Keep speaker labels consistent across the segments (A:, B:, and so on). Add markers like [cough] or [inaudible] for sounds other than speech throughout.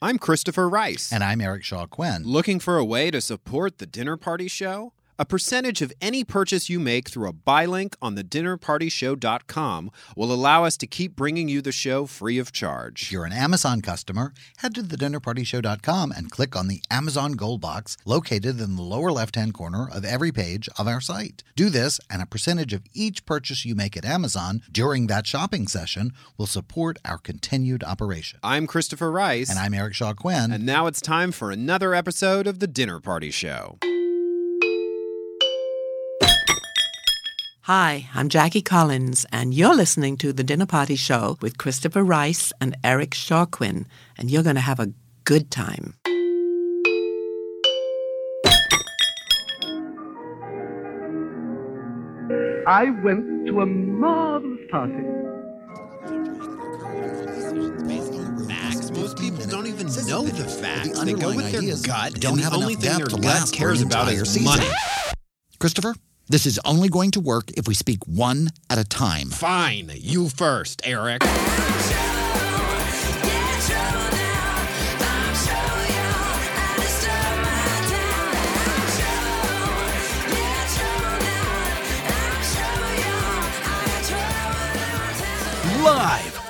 A: I'm Christopher Rice.
B: And I'm Eric Shaw Quinn.
A: Looking for a way to support the Dinner Party Show? A percentage of any purchase you make through a buy link on thedinnerpartyshow.com will allow us to keep bringing you the show free of charge.
B: If you're an Amazon customer, head to thedinnerpartyshow.com and click on the Amazon Gold box located in the lower left hand corner of every page of our site. Do this, and a percentage of each purchase you make at Amazon during that shopping session will support our continued operation.
A: I'm Christopher Rice.
B: And I'm Eric Shaw Quinn.
A: And now it's time for another episode of The Dinner Party Show.
C: Hi, I'm Jackie Collins, and you're listening to The Dinner Party Show with Christopher Rice and Eric Shawquin, and you're going to have a good time.
D: I went to a marvelous party.
A: Facts. Most people don't even
B: Says
A: know
B: that
A: the facts.
B: the
A: They go
B: underlying
A: with their
B: ideas
A: gut,
B: don't
A: and
B: have
A: the only
B: enough
A: thing
B: depth
A: their
B: to
A: gut
B: last for an
A: cares about
B: entire
A: is
B: season.
A: money.
B: Christopher, this is only going to work if we speak one at a time.
A: Fine, you first, Eric.
B: [laughs]
E: Live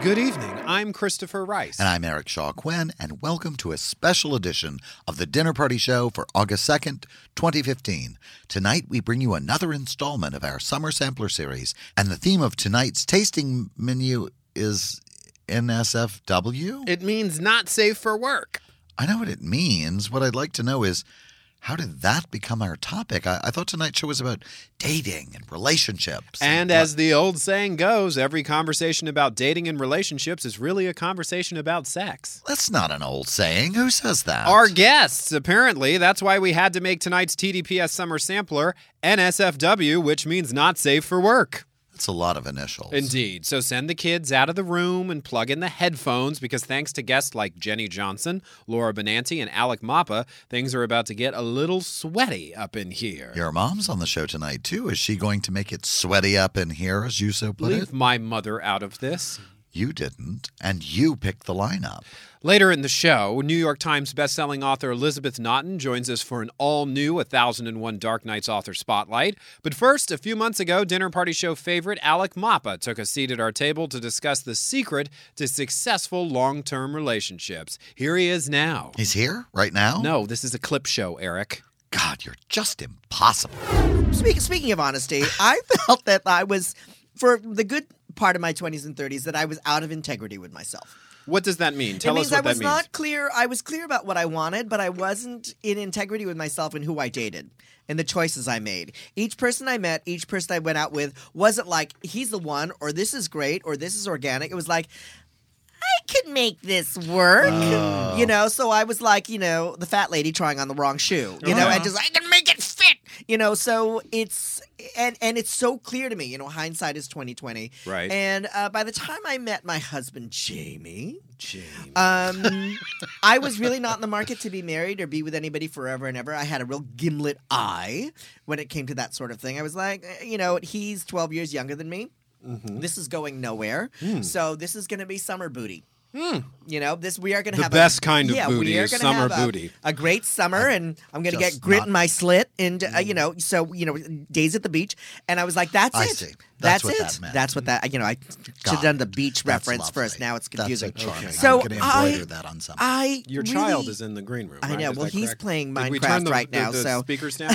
A: Good evening. I'm Christopher Rice.
B: And I'm Eric Shaw Quinn, and welcome to a special edition of the Dinner Party Show for August 2nd, 2015. Tonight, we bring you another installment of our Summer Sampler series, and the theme of tonight's tasting menu is NSFW?
A: it means not safe for work.
B: I know what it means. What I'd like to know is how did that become our topic? I, I thought tonight's show was about dating and relationships.
A: And as the old saying goes, every conversation about dating and relationships is really a conversation about sex.
B: that's not an old saying. Who says that?
A: Our guests, apparently. That's why we had to make tonight's TDPS summer sampler NSFW, which means not safe for work.
B: That's a lot of initials.
A: Indeed. So send the kids out of the room and plug in the headphones because thanks to guests like Jenny Johnson, Laura Benanti, and Alec Mappa, things are about to get a little sweaty up in here.
B: Your mom's on the show tonight too. Is she going to make it sweaty up in here, as you so put
A: Leave
B: it?
A: my mother out of this.
B: You didn't, and you picked the lineup.
A: Later in the show, New York Times bestselling author Elizabeth Naughton joins us for an all new 1001 Dark Knights author spotlight. But first, a few months ago, dinner party show favorite Alec Mappa took a seat at our table to discuss the secret to successful long term relationships. Here he is now.
B: He's here right now.
A: No, this is a clip show, Eric.
B: God, you're just impossible.
F: Speak, speaking of honesty, I [laughs] felt that I was, for the good part of my 20s and 30s, that I was out of integrity with myself.
A: What does that mean? Tell
F: it means
A: us what
F: I was
A: that means.
F: not clear. I was clear about what I wanted, but I wasn't in integrity with myself and who I dated and the choices I made. Each person I met, each person I went out with, wasn't like, he's the one, or this is great, or this is organic. It was like, I could make this work.
A: Oh. Uh-huh.
F: You know, so I was like, you know, the fat lady trying on the wrong shoe. You know, and just, I can make it fit. You know, so it's and and it's so clear to me. You know, hindsight is twenty twenty.
A: Right.
F: And uh, by the time I met my husband Jamie,
A: Jamie.
F: um, I was really not in the market to be married or be with anybody forever and ever. I had a real gimlet eye when it came to that sort of thing. I was like, eh, you know, he's 12 years younger than me.
B: Mm-hmm.
F: This is going nowhere.
B: Hmm.
F: So this is going to be summer booty. You know, this we are going to
A: The
F: have
A: best
F: a,
A: kind of
F: yeah,
A: booty
F: we are
A: is
F: gonna
A: summer
F: have a-
A: booty.
F: A, great summer, and I'm going to
B: just
F: get grit
B: not- Hmm.
F: in my slit, and uh, you know, so you know, days at the beach, and I was like, that's
B: I
F: it.
B: see. That's
F: That's,
B: what
F: it.
B: that meant.
F: That's what that. You know, I should
B: Got
F: have done
B: it.
F: the beach
B: That's
F: reference first.
B: lovely.
F: Now it's
B: That's
F: confusing.
B: a charm.
F: So
B: I could
F: I-
B: embroider that on something.
F: I
A: Your child
F: really-
A: is in the green room.
F: I
A: right?
F: know.
A: Is
F: Well,
A: that
F: he's
A: correct?
F: playing
A: Did we turn
F: Minecraft
A: the,
F: right
A: the-
F: now,
A: the
F: so-
A: speakers
F: [laughs]
A: down.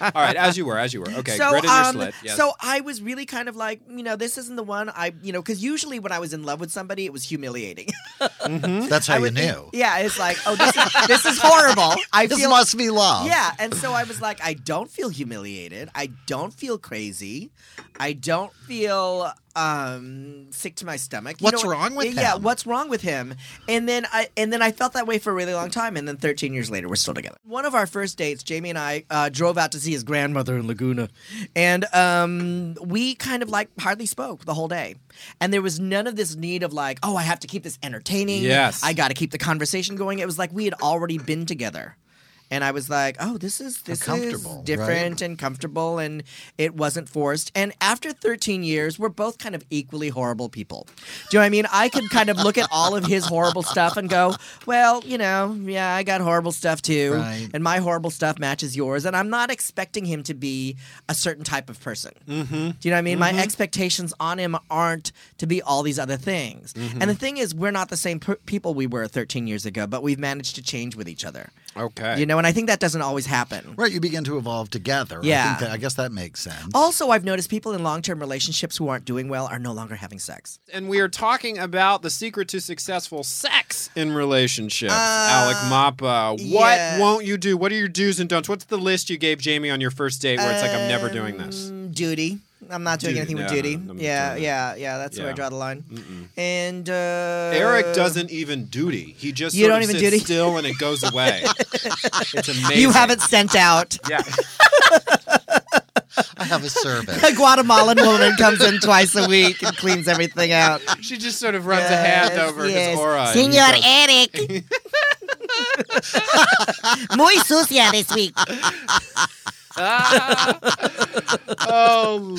A: All right, as you were, as you were. Okay,
F: so
A: grit in your
F: um,
A: slit. Yes.
F: so I was really kind of like, you know, this isn't the one I, you know, because usually when I was in love with somebody, it was humiliating. [laughs]
B: That's how
F: Mm-hmm. I
B: you
F: would
B: knew.
F: think- yeah, it's like, oh, this is, this is horrible. I
B: this
F: feel
B: must be love.
F: Yeah, and so I was like, I don't feel humiliated. I don't feel crazy. I don't feel um, sick to my stomach. You
B: What's
F: know,
B: wrong with
F: Yeah,
B: him?
F: what's wrong with him? And then I and then I felt that way for a really long time. And then 13 years later, we're still together. One of our first dates, Jamie and I uh, drove out to see his grandmother in Laguna, and um, we kind of like hardly spoke the whole day. And there was none of this need of like, oh, I have to keep this entertaining.
A: Yes.
F: I got to keep the conversation going. It was like we had already been together. And I was like, "Oh, this is this
B: comfortable,
F: is different and comfortable, and it wasn't forced." And after 13 years, we're both kind of equally horrible people. Do you know what I mean? I could kind of look at all of his horrible stuff and go, "Well, you know, yeah, I got horrible stuff too,
B: Right.
F: and my horrible stuff matches yours." And I'm not expecting him to be a certain type of person. Do you know what I mean? My expectations on him aren't to be all these other things. And the thing is, we're not the same per- people we were 13 years ago, but we've managed to change with each other.
A: okay.
F: You know, and I think that doesn't always happen.
B: Right, you begin to evolve together. I,
F: Yeah.
B: think that, I guess that makes sense.
F: Also, I've noticed people in long term relationships who aren't doing well are no longer having sex.
A: and we are talking about the secret to successful sex in relationships. Alec Mappa, what
F: Uh, yeah.
A: won't you do? What are your do's and don'ts? What's the list you gave Jamie on your first date where it's like I'm never doing this?
F: Mm, Duty. I'm not doing
A: Duty.
F: anything with
A: No,
F: duty.
A: I'm not
F: yeah,
A: doing
F: yeah, yeah. That's where I
A: Yeah.
F: draw the line. And uh,
A: Eric doesn't
F: [laughs]
A: even duty. He just
F: You
A: sort
F: don't
A: of
F: even
A: sits
F: duty?
A: still and it goes
F: [laughs]
A: away. it's amazing.
F: You haven't
B: [laughs]
F: sent out.
A: Yeah.
B: I have a service.
F: [laughs] A Guatemalan woman comes in twice a week and cleans everything out.
A: She just sort of runs a hand
F: Yes,
A: over
F: yes.
A: his aura. and he
G: Senor
A: goes,
G: Eric.
A: [laughs]
G: [laughs] Muy sucia this week.
A: Ah. oh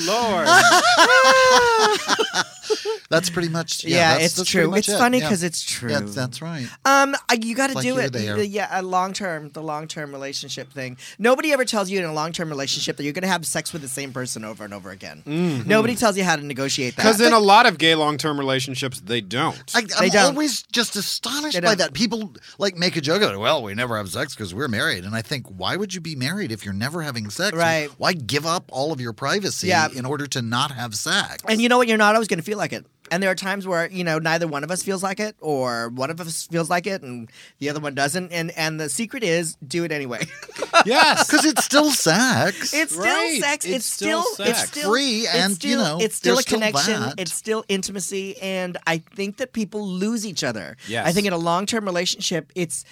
A: Lord.
F: [laughs]
B: That's pretty much. Yeah,
F: Yeah,
B: that's,
F: it's
B: that's pretty
F: true.
B: much
F: It's
B: it.
F: funny
B: Yeah.
F: because it's true.
B: Yeah, that's right.
F: Um, I- you got to
B: Like
F: do
B: here,
F: it.
B: there.
F: The- yeah, a long term, the long term relationship thing. Nobody ever tells you in a long term relationship that you're going to have sex with the same person over and over again.
B: Mm-hmm.
F: Nobody tells you how to negotiate that.
A: Because in a lot of gay long term relationships, they don't.
B: I, I'm
F: don't.
B: always just astonished
F: They
B: by
F: don't.
B: that. People like make a joke about it. Well, we never have sex because we're married, and I think, why would you be married if you're never having sex?
F: Right.
B: Why give up all of your privacy
F: Yeah.
B: in order to not have sex?
F: and you know what? You're not always going to feel like it. And there are times where you know neither one of us feels like it, or one of us feels like it, and the other one doesn't. And and the secret is do it anyway. [laughs]
B: [laughs]
A: yes.
B: because it's still sex.
F: It's still
A: Right.
F: sex.
A: It's
F: It's,
A: still
F: still,
A: sex.
F: it's still
B: Free
F: it's
B: and, you
F: still,
B: know,
F: it's still a
B: there's still
F: connection.
B: that.
F: it's still intimacy, and I think that people lose each other.
A: Yes.
F: I think in a long-term relationship, it's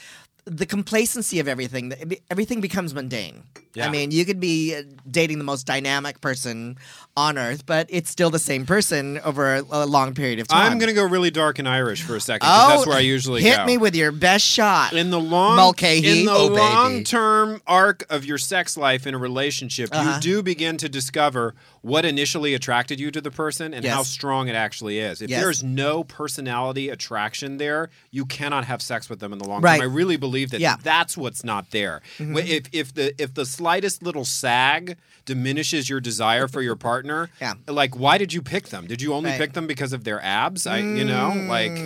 F: the complacency of everything. that- be- Everything becomes mundane.
A: Yeah.
F: I mean, you could be uh, dating the most dynamic person on earth, but it's still the same person over a, a long period of time.
A: I'm gonna go really dark and Irish for a second. 'cause
F: Oh,
A: that's where I usually
F: hit
A: go.
F: me with your best shot.
A: in the long
F: Mulcahy.
A: in the
F: Oh, baby.
A: long term arc of your sex life in a relationship, you
F: Uh-huh.
A: do begin to discover what initially attracted you to the person and how
F: Yes.
A: strong it actually is. If
F: Yes.
A: there is no personality attraction there, you cannot have sex with them in the long
F: Right.
A: term. I really believe that
F: Yeah. Mm-hmm.
A: that's what's not there. Wh- If if the if the slightest little sag diminishes your desire for your partner,
F: [laughs] Yeah.
A: like why did you pick them? Did you only
F: Right.
A: pick them because of their abs? I you know, like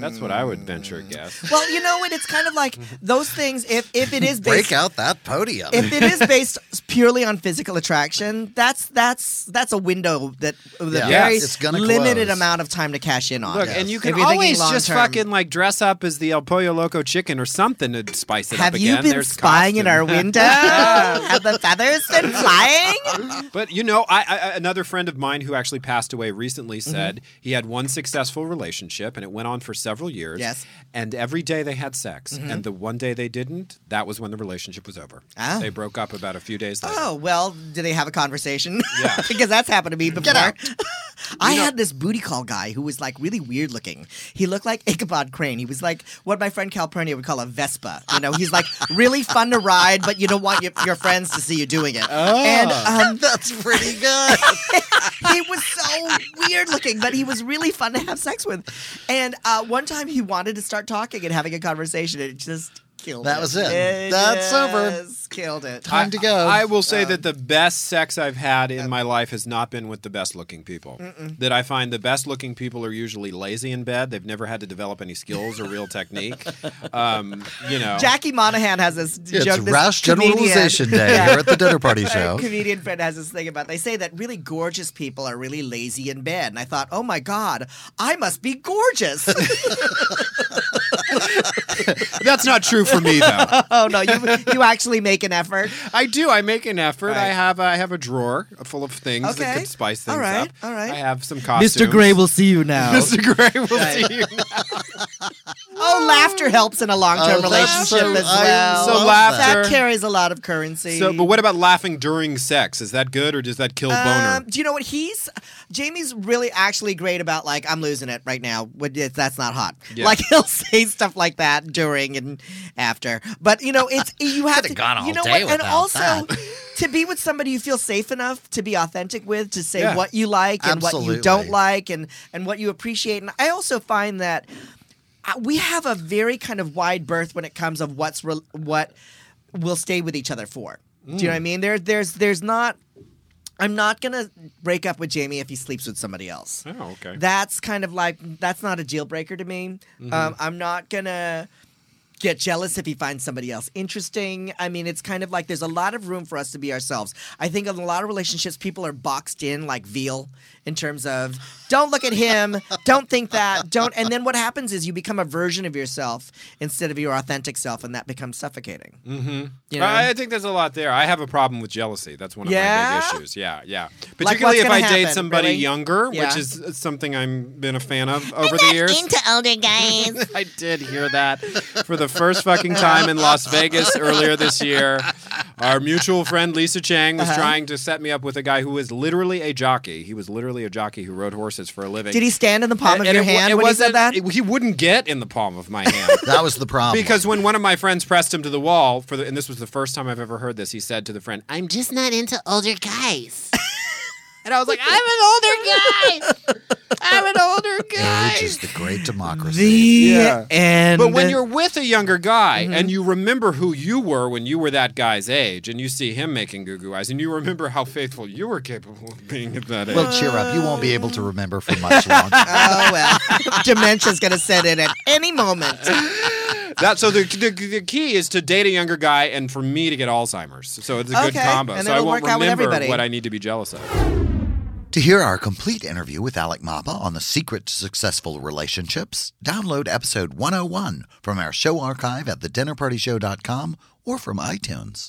A: that's what I would venture
F: Mm.
A: a guess.
F: well, you know what? It's kind of
A: [laughs]
F: like those things. If if it is based
B: Break out that podium.
F: if it is based purely on physical attraction, that's that's that's a window that with
B: Yeah.
F: a very
B: Yes, it's gonna
F: limited
B: close.
F: amount of time to cash in on.
A: Look, and you
F: If
A: can
F: you're thinking
A: always just
F: long-term.
A: fucking like dress up as the El Pollo Loco chicken or something to spice it
F: Have
A: up
F: you
A: again.
F: been
A: There's
F: spying in our
A: costumes. [laughs]
F: window? Have the feathers been flying?
A: But you know, I, I
F: Mm-hmm.
A: another friend of mine who actually passed away recently said he had one successful relationship and it went on for several years.
F: Yes. Mm-hmm.
A: And every day they had sex. And the one day they didn't, that was when the relationship was over.
F: Ah.
A: They broke up about a few days later.
F: Oh, well, did they have a conversation?
A: Yeah.
F: [laughs] because that's happened to me before.
H: out.
F: [laughs] I had this booty call guy who was like really weird looking. He looked like Ichabod Crane. He was like what my friend Calpurnia would call a Vespa. You know, he's like really fun to ride, but you don't want your, your friends to see you doing it. And um,
H: Oh. [laughs] That's pretty good.
F: [laughs] he was so weird looking, but he was really fun to have sex with. And uh, one time he wanted to start talking and having a conversation, and it just killed
H: That
F: it.
H: was it. That's over.
F: just Killed it.
H: Time to go.
A: I will say that the
F: Um,
A: best sex I've had in my life has not been with the best looking people. That I find the best looking people are usually lazy in bed. They've never had to develop any skills or real
F: [laughs]
A: technique. Um, you know.
F: Jackie Monahan has this
B: It's
F: joke. this
B: rash
F: comedian- [laughs]
B: generalization day
F: Yeah.
B: here at the
A: [laughs]
B: dinner
F: [laughs]
B: party
F: Our
B: show.
F: comedian friend has this thing about they say that really gorgeous people are really lazy in bed. And I thought, oh my God, I must be gorgeous. [laughs]
A: That's not true for me though.
F: [laughs] oh no, you, you actually make an effort.
A: I do. I make an effort. I
F: Right.
A: have I have a drawer full of things that
F: Okay.
A: could spice things
F: All
A: up.
F: right, all right.
A: I have some costumes.
F: will see you now.
A: Mr. Gray will see you.
F: [laughs] oh, laughter helps in a long term
H: Oh, that's
F: relationship
H: so-
F: as
H: I
F: well.
A: so
F: That
A: laughter.
F: carries a lot of currency.
A: So, but what about laughing during sex? Is that good or does that kill boner?
F: Um, do you know what he's? Jamie's really actually great about like I'm losing it right now. What if that's not hot.
A: Yeah.
F: Like [laughs] he'll say stuff like that during and after. But you know,
H: [laughs]
F: it's you have
H: Coulda
F: to
H: gone all
F: you know
H: day
F: what, and
H: without
F: also
H: that.
F: [laughs] to be with somebody you feel safe enough to be authentic with to say
A: Yeah.
F: what you like and what you
H: Absolutely.
F: don't like and and what you appreciate. And I also find that uh, we have a very kind of wide berth when it comes of what's re- what we'll stay with each other for. Do you
H: Mm.
F: know what I mean? There, there's, there's not. I'm not gonna break up with Jamie if he sleeps with somebody else.
A: Oh, okay. Mm-hmm.
F: That's kind of like that's not a deal breaker to me. Um, I'm not gonna get jealous if he finds somebody else interesting. I mean, it's kind of like there's a lot of room for us to be ourselves. I think in a lot of relationships, people are boxed in like veal in terms of don't look at him, don't think that, don't. And then what happens is you become a version of yourself instead of your authentic self, and that becomes suffocating. Mm-hmm. You know?
A: I I think there's a lot there. I have a problem with jealousy. That's one of my
F: Yeah?
A: big issues. Yeah, yeah.
F: what's
A: Particularly if
F: gonna
A: I date
F: happen,
A: somebody
F: really?
A: younger,
F: Yeah.
A: which is something I've been a fan of over the years.
G: Into older guys.
A: [laughs] I did hear that for the first fucking time in Las Vegas earlier this year. Our mutual friend Lisa Chang
F: Uh-huh.
A: was trying to set me up with a guy who was literally a jockey. He was literally a jockey who rode horses for a living.
F: Did he stand in the palm
A: And-
F: of
A: and
F: your
A: it wa-
F: hand
A: it
F: when he said
A: wasn't-
F: that?
A: it- he wouldn't get in the palm of my hand.
B: [laughs] That was the problem.
A: Because when one of my friends pressed him to the wall for the, and this was the first time I've ever heard this, he said to the friend, "I'm
G: Just not into older guys. and I was like, I'm an older guy. I'm an older guy.
B: Age is the great democracy.
F: the
A: Yeah.
F: end. Mm-hmm.
A: But when you're with a younger guy and you remember who you were when you were that guy's age and you see him making goo goo eyes and you remember how faithful you were capable of being at that age. [laughs]
B: well, cheer up. You won't be able to remember for much longer.
F: [laughs] oh well, dementia's gonna set in at any moment.
A: that so the, the the key is to date a younger guy and for me to get Alzheimer's. So it's a good
F: Okay,
A: combo.
F: and
A: so I
F: it'll
A: won't
F: work out with
A: remember
F: everybody.
A: what I need to be jealous of.
B: to hear our complete interview with Alec Mappa on the secret to successful relationships, download episode 101 from our show archive at thedinnerpartyshow.com or from
A: [laughs]
B: iTunes.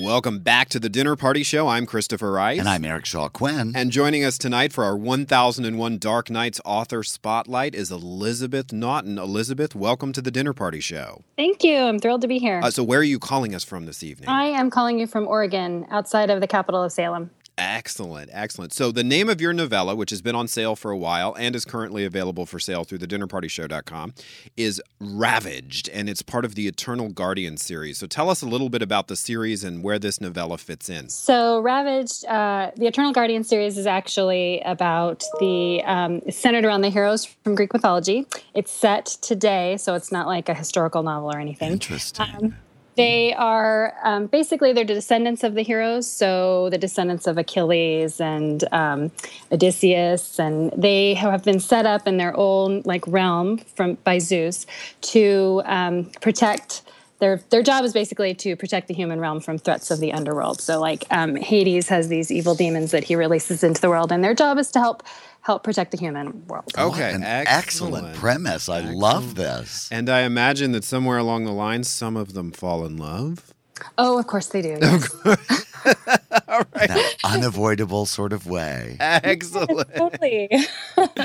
A: Welcome back to the Dinner Party Show. I'm Christopher Rice.
B: And I'm Eric Shaw Quinn.
A: And joining us tonight for our 1001 Dark Knights author spotlight is Elizabeth Naughton. Elizabeth, welcome to the Dinner Party Show.
I: Thank you. I'm thrilled to be here.
A: Uh, so, where are you calling us from this evening?
I: I am calling you from Oregon, outside of the capital of Salem.
A: Excellent, excellent. So, the name of your novella, which has been on sale for a while and is currently available for sale through thedinnerpartyshow.com, is Ravaged, and it's part of the Eternal Guardian series. So, tell us a little bit about the series and where this novella fits in.
I: So, Ravaged, uh, the Eternal Guardian series is actually about the um, it's centered around the heroes from Greek mythology. It's set today, so it's not like a historical novel or anything.
B: Interesting.
I: They are um, basically they're the descendants of the heroes, so the descendants of Achilles and um, Odysseus, and they have been set up in their own like realm from by Zeus to um, protect. Their, their job is basically to protect the human realm from threats of the underworld. So, like um, Hades has these evil demons that he releases into the world, and their job is to help help protect the human world.
A: Okay,
B: An
A: excellent.
B: excellent, premise. I love this.
A: And I imagine that somewhere along the line, some of them fall in love.
I: Oh, of course they do.
A: [laughs]
I: [laughs]
B: In an unavoidable sort of way.
A: [laughs] Excellent.
I: totally. [laughs]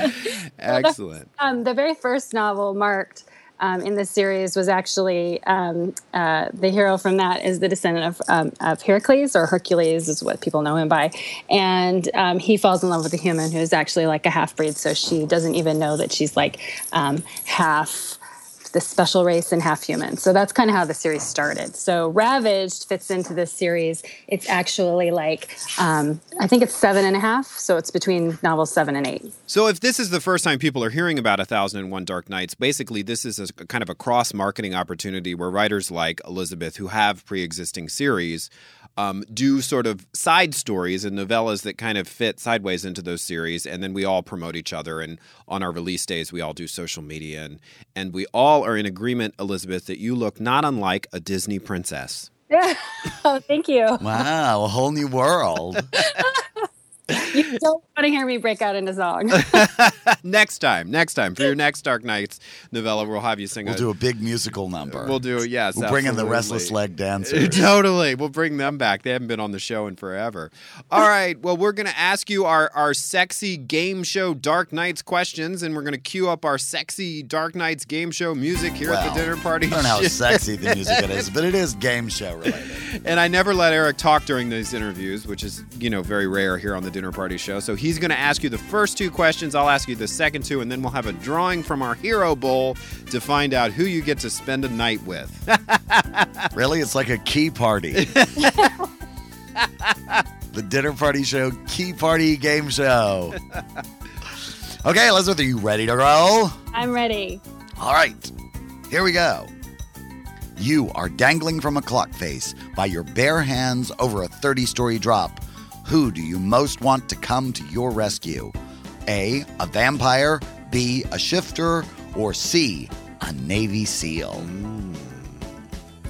A: Excellent.
I: Um, the very first novel marked um, in this series was actually um, uh, the hero from that is the descendant of, um, of Heracles, or Hercules is what people know him by. And um, he falls in love with a human who's actually like a half breed, so she doesn't even know that she's like um, half this special race and half human. So that's kind of how the series started. So Ravaged fits into this series. It's actually like, um, I think it's seven and a half. So it's between novels seven and eight.
A: So, if this is the first time people are hearing about 1001 Dark Nights, basically this is a kind of a cross marketing opportunity where writers like Elizabeth, who have pre existing series, um, do sort of side stories and novellas that kind of fit sideways into those series. And then we all promote each other. And on our release days, we all do social media. And, and we all are in agreement, Elizabeth, that you look not unlike a Disney princess.
I: oh, [laughs] thank you.
B: Wow, a whole new world.
I: You don't want to hear me break out in a song.
A: [laughs] next time, next time, for your next Dark Nights novella, we'll have you sing
B: We'll
A: a.
B: do a big musical number.
A: We'll do it. Yes,
B: We'll bring in the
A: absolutely.
B: restless leg dancers.
A: [laughs] totally. We'll bring them back. They haven't been on the show in forever. All
B: [laughs]
A: right. Well, we're going to ask you our, our sexy game show Dark Knights questions, and we're going to cue up our sexy Dark Knights game show music here at
B: Well,
A: the dinner party.
B: I
A: [laughs]
B: don't know how sexy the music is, but it is game show related.
A: And I never let Eric talk during these interviews, which is, you know, very rare here on the dinner party show. So he's going to ask you the first two questions. I'll ask you the second two, and then we'll have a drawing from our hero bowl to find out who you get to spend a night with.
B: Really, it's like a key party. the dinner party show, key party game show. Okay, Elizabeth, are you ready to roll?
I: I'm ready.
B: All right, here we go. You are dangling from a clock face by your bare hands over a 30 story drop. Who do you most want to come to your rescue? A, a vampire, B, a shifter, or C, a Navy SEAL?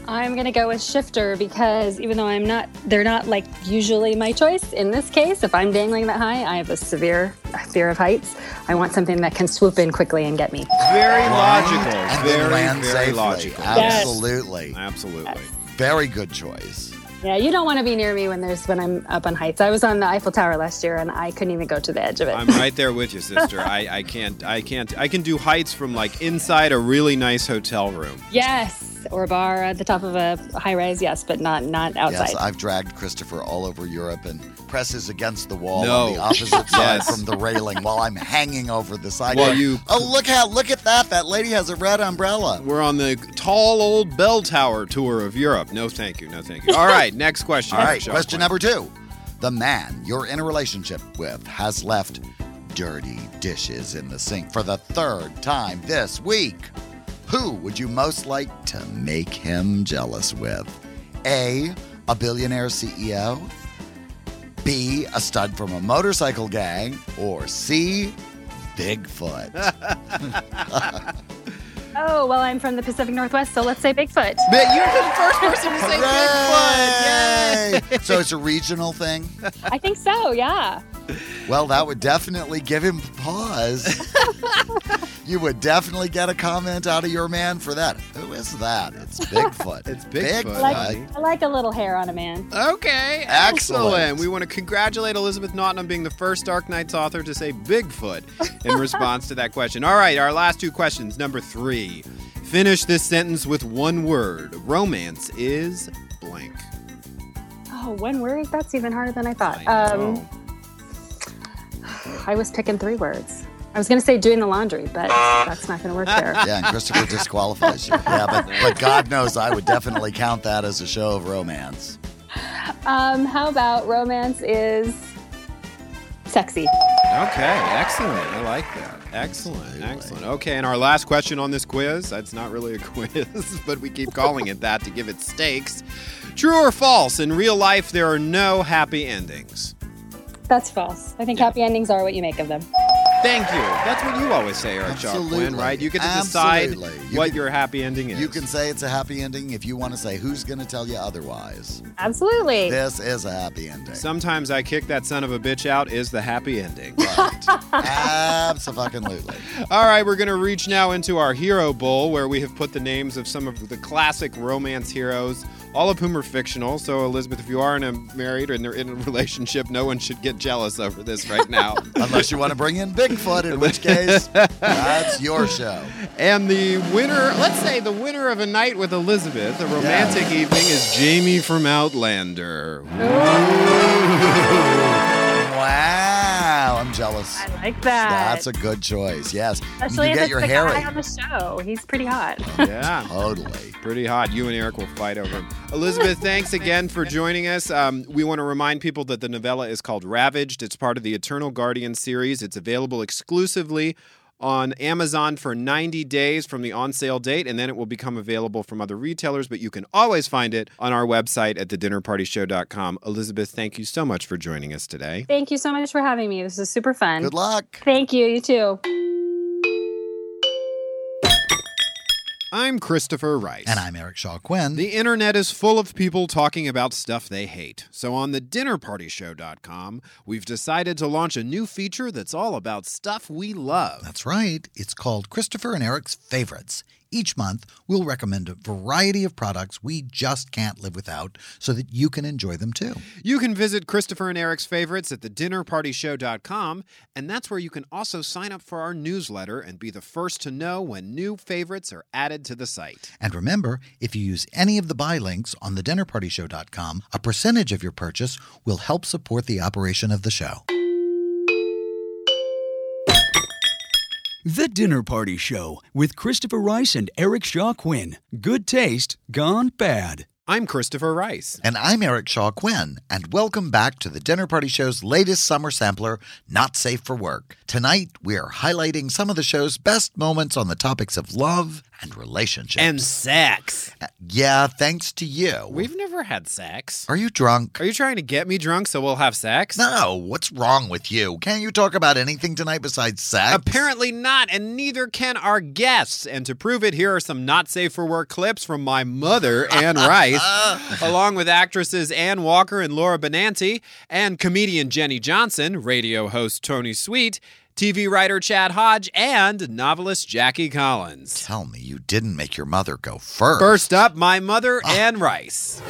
I: I'm going to go with Shifter because even though I'm not, they're not like usually my choice. In this case, if I'm dangling that high, I have a severe fear of heights. I want something that can swoop in quickly and get me.
A: Very logical.
B: And then
A: Very,
B: land
A: very
B: safely.
A: logical.
I: Yes.
B: Absolutely.
A: Absolutely.
B: Very good choice.
I: Yeah, you don't want to be near me when there's when I'm up on heights. I was on the Eiffel Tower last year and I couldn't even go to the edge of it.
A: I'm right there with you, sister. I, I can't, I can't, I can do heights from like inside a really nice hotel room.
I: yes, or a bar at the top of a high rise, yes, but not not outside.
B: Yes, I've dragged Christopher all over Europe and presses against the wall
A: No.
B: on
A: [laughs]
B: the opposite side
A: Yes.
B: from the railing while I'm hanging over the side.
A: Well,
B: going,
A: you-
B: Oh, look how look at that! That lady has a red umbrella.
A: We're on the tall old bell tower tour of Europe. No, thank you. No, thank you. All right, next question.
B: All right,
A: Michelle
B: question
A: Quinn.
B: number two: The man you're in a relationship with has left dirty dishes in the sink for the third time this week. Who would you most like to make him jealous with? A. A billionaire CEO. B. A stud from a motorcycle gang. Or C. [laughs] Bigfoot.
I: Oh, well, I'm from the Pacific Northwest, so let's say Bigfoot.
A: But you're the first person to say Bigfoot. Yay!
B: Hooray! so it's a regional thing?
I: I think so, yeah.
B: Well, that would definitely give him
A: [laughs]
B: pause. you would definitely get a comment out of your man for that. Who is that? It's
A: [laughs]
B: Bigfoot.
A: It's Bigfoot, honey.
I: I like a little hair on a man.
A: Okay,
B: Excellent.
A: We want to congratulate Elizabeth Naughton on being the first Dark Knights author to say Bigfoot in
B: [laughs]
A: response to that question. All right, our last two questions. Number three. Finish this sentence with one word. Romance is blank.
I: Oh, one word? That's even harder than I thought.
A: I
I: um,
A: know.
I: I was picking three words. I was going to say doing the laundry, but that's not going to work there.
B: [laughs] Yeah, and Christopher disqualifies you.
I: [laughs]
B: Yeah, but, but God knows I would definitely count that as a show of romance.
I: Um, how about romance is sexy?
A: All Okay, excellent. I like that. Excellent, excellent. Okay, and our last question on this quiz that's not really a [laughs] quiz, but we keep calling it that to give it stakes. True or false, in real life, there are no happy endings.
I: That's false. I think happy endings are what you make of them.
A: Thank you. That's what you always say, Eric Quinn,
B: Absolutely.
A: right? You get to
B: Absolutely.
A: decide
B: You
A: what
B: can-
A: your happy ending is.
B: You can say it's a happy ending if you want to say who's going to tell you otherwise.
I: Absolutely.
B: This is a happy ending.
A: Sometimes I kick that son of a bitch out is the happy ending.
B: Absolutely.
A: All right, we're going to reach now into our Hero Bowl where we have put the names of some of the classic romance heroes, all of whom are fictional. So, Elizabeth, if you are in a married or in a, in a [laughs] relationship, no one should get jealous over this right now.
B: [laughs] Unless you want to bring in Bigfoot, in which case, that's your show.
A: and the winner, let's say the winner of a night with Elizabeth, a romantic evening, is Jamie from
B: [laughs]
A: Outlander.
B: Wow, I'm jealous.
I: I like that.
B: That's a good choice. Yes.
I: Especially
B: you
I: if
B: get
I: it's
B: your
I: the
B: hair
I: guy
B: in.
I: on the show. He's pretty hot.
A: Yeah.
B: Totally.
A: Pretty hot. You and Eric will fight over him. Elizabeth, thanks again for joining us. Um, we want to remind people that the novella is called Ravaged. It's part of the Eternal Guardian series. It's available exclusively on Amazon for 90 days from the on sale date, and then it will become available from other retailers. But you can always find it on our website at thedinnerpartyshow.com. Elizabeth, thank you so much for joining us today.
I: Thank you so much for having me. This is super fun.
B: Good luck.
I: Thank you. You too.
A: I'm Christopher Rice.
B: And I'm Eric Shaw Quinn.
A: The internet is full of people talking about stuff they hate. So on the dinnerpartyshow.com, we've decided to launch a new feature that's all about stuff we love.
B: That's right. It's called Christopher and Eric's Favorites. Each month, we'll recommend a variety of products we just can't live without so that you can enjoy them too.
A: You can visit Christopher and Eric's favorites at thedinnerpartyshow.com, and that's where you can also sign up for our newsletter and be the first to know when new favorites are added to the site.
B: And remember, if you use any of the buy links on thedinnerpartyshow.com, a percentage of your purchase will help support the operation of the show.
E: The Dinner Party Show with Christopher Rice and Eric Shaw Quinn. Good taste gone bad.
A: I'm Christopher Rice.
B: And I'm Eric Shaw Quinn, and welcome back to the Dinner Party Show's latest summer sampler, Not Safe for Work. Tonight, we're highlighting some of the show's best moments on the topics of love and relationships. Uh,
A: sex.
B: yeah, thanks to you.
A: We've never had sex.
B: Are you drunk?
A: Are you trying to get me drunk so we'll have sex?
B: No, what's wrong with you? Can't you talk about anything tonight besides sex?
A: Apparently not, and neither can our guests. And to prove it, here are some not safe for work clips from my mother, Anne Rice,
B: [laughs]
A: along with actresses Anne Walker and Laura Benanti, and comedian Jenny Johnson, radio host Tony Sweet, TV writer Chad Hodge, and novelist Jackie Collins.
B: Tell me you didn't make your mother go first.
A: First up, my mother,
J: Ah.
A: Anne Rice.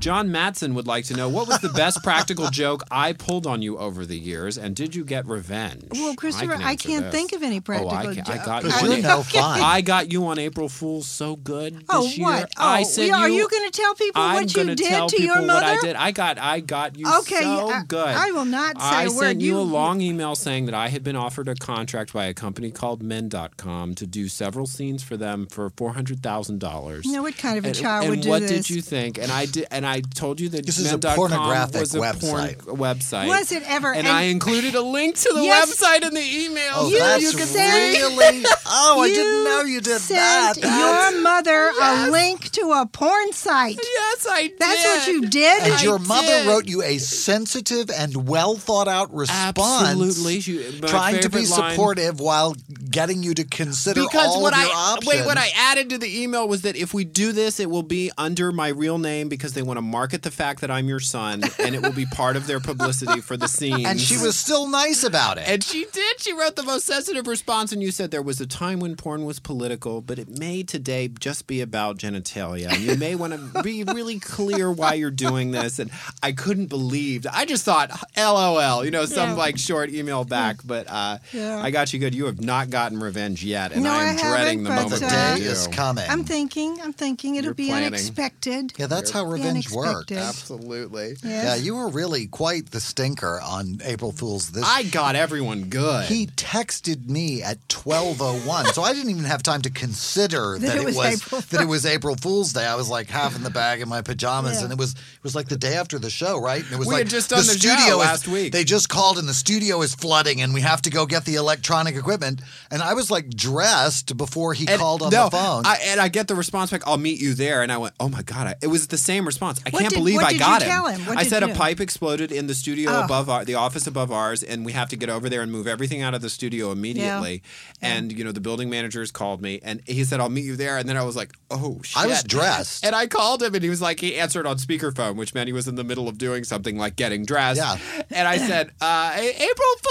A: John Matson would like to know what was the
J: [laughs]
A: best practical joke I pulled on you over the years, and did you get revenge?
J: Well, Christopher, I,
A: answer
J: can't
A: this.
J: think of any practical
A: oh, I, ca- I
J: joke.
A: got you
B: Because
A: on
B: you're
A: it.
B: no fun.
A: I got you on April Fool's so good this
J: Oh,
A: year.
J: what? Oh,
A: I said
J: yeah, are
A: you,
J: you going to tell people
A: I'm
J: what you
A: gonna
J: did
A: tell
J: to your
A: people
J: mother?
A: What I did. I got I got you
J: Okay,
A: so
J: I-
A: good.
J: I will not say
A: I
J: a word.
A: sent you,
J: You-
A: a long email saying that I had been offered a contract by a company called men.com to do several scenes for them for $400,000.
J: You know what kind of a
A: and,
J: child
A: and
J: would do
A: what
J: this?
A: did you think? And I did, and I told you that
B: This is a
A: men.com
B: pornographic
A: was a porn-
B: website.
A: website.
J: Was it ever-
A: And,
J: and-
A: I included a link to the
J: Yes.
A: website in the email.
B: Oh,
A: so
B: that's
A: you could [laughs]
J: said-
A: read-
J: [laughs]
B: really. [laughs] Oh, I didn't
J: You
B: know you did that.
J: Sent your mother a link to a porn site.
A: Yes, I did.
J: That's what you did.
B: and your
A: I
B: mother
A: did.
B: wrote you a sensitive and well thought out response.
A: Absolutely. She- my
B: trying to be
A: favorite line-
B: supportive while getting you to consider
A: because
B: all
A: what
B: of
A: I
B: your options.
A: wait, what I added to the email was that if we do this, it will be under my real name because they want to market the fact that I'm your son, and it will be part of their publicity for the scene.
B: [laughs] and she was still nice about it.
A: And she did. She wrote the most sensitive response, and you said there was a time when porn was political, but it may today just be about genitalia. And you may want to be really clear why you're doing this. And I couldn't believe. I just thought, LOL, you know, some like short email back. But uh, I got you good. You have not gotten revenge yet, and
J: no,
A: I
J: I
A: am
J: haven't,
A: dreading the
J: but,
A: moment
J: uh,
A: we do.
J: I'm thinking. I'm thinking. It'll
A: You're
J: be
A: planning.
J: unexpected.
B: Yeah, that's
J: It'll
B: how
J: be
B: revenge works.
J: unexpected.
A: Absolutely.
J: Yes.
B: Yeah, you were really quite the stinker on April Fool's this.
A: I got everyone good.
B: He texted me at 12:01, so I didn't even have time to consider
J: [laughs] That
B: that
J: it
B: it
J: was
B: was
J: April
B: that it was April Fool's Day. I was like half in the bag in my pajamas,
J: Yeah.
B: and it was it was like the day after the show, right? And it was
A: We
B: like
A: had just done the show
B: studio is-
A: last week.
B: They just called, and the studio is flooding, and we have to go get the electronic equipment. And I was like dressed before he
A: And-
B: called on
A: no,
B: the phone.
A: I, and I get the response back, I'll meet you there. And I went, oh my God, I, it was the same response. I
J: What
A: can't
J: did-
A: believe
J: what
A: I
J: did
A: got
J: you
A: him.
J: tell him? What
A: I
J: did
A: said
J: you-
A: a pipe exploded in the studio
J: Oh.
A: above our, the office above ours, and we have to get over there and move everything out of the studio immediately. And, you know, the building managers called me and he said, I'll meet you there. And then I was like, oh shit.
B: I was dressed.
A: And I called him and he was like, he answered on speakerphone, which meant he was in the middle of doing something like getting dressed.
B: Yeah.
A: And I said, uh,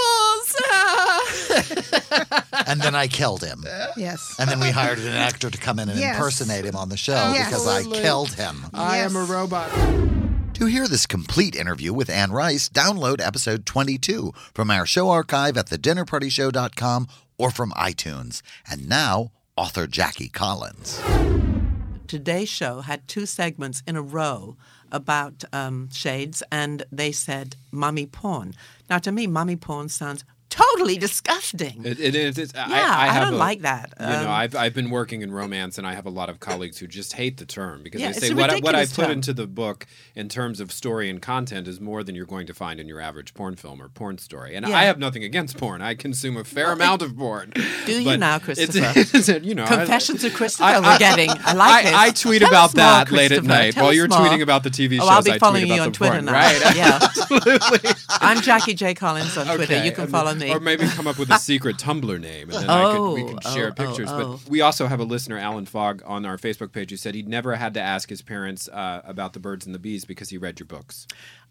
A: [laughs] April Fools.
B: and then I killed him.
J: Yes.
B: And then we hired an actor to come in and
J: Yes.
B: impersonate him on the show
J: Yes.
B: because I killed him.
A: I am a
J: Yes.
A: robot.
B: To hear this complete interview with Anne Rice, download episode 22 from our show archive at thedinnerpartyshow.com or from iTunes. And now, author Jackie Collins.
C: Today's show had two segments in a row about um, shades, and they said mommy porn. Now, to me, mommy porn sounds totally disgusting.
A: It, it is. It's,
C: Yeah,
A: I, I,
C: I
A: have
C: don't
A: a-
C: like that.
A: You
C: Um,
A: know, I've, I've been working in romance, and I have a lot of colleagues who just hate the term because
C: Yeah,
A: they
C: it's
A: say
C: a
A: what I, what I
C: ridiculous
A: put
C: term."
A: into the book in terms of story and content is more than you're going to find in your average porn film or porn story. And
C: Yeah.
A: I have nothing against porn. I consume a fair amount of porn.
C: Do you
A: But
C: now,
A: it's- [laughs]
C: Christopher?
A: it's- you know, I-
C: Confessions of Christopher we're getting. I like
A: I,
C: this.
A: I tweet
C: Tell
A: about
C: us more,
A: that late at
C: Christopher.
A: night
C: Tell
A: while
C: us
A: you're
C: more.
A: tweeting about the TV shows.
C: Oh, I'll
A: I
C: be
A: tweet
C: following
A: about
C: you on
A: the
C: Twitter
A: porn.
C: now.
A: Right. [laughs]
C: Yeah. I'm Jackie J. Collins on Twitter.
A: Okay,
C: You can
A: and-
C: follow me.
A: Or maybe come up with
C: [laughs]
A: a secret Tumblr name and then I could, we
C: Oh,
A: could share
C: oh, oh,
A: pictures.
C: oh.
A: But we also have a listener, Alan Fogg, on our Facebook page who said he'd never had to ask his parents uh, about the birds and the bees because he read your books.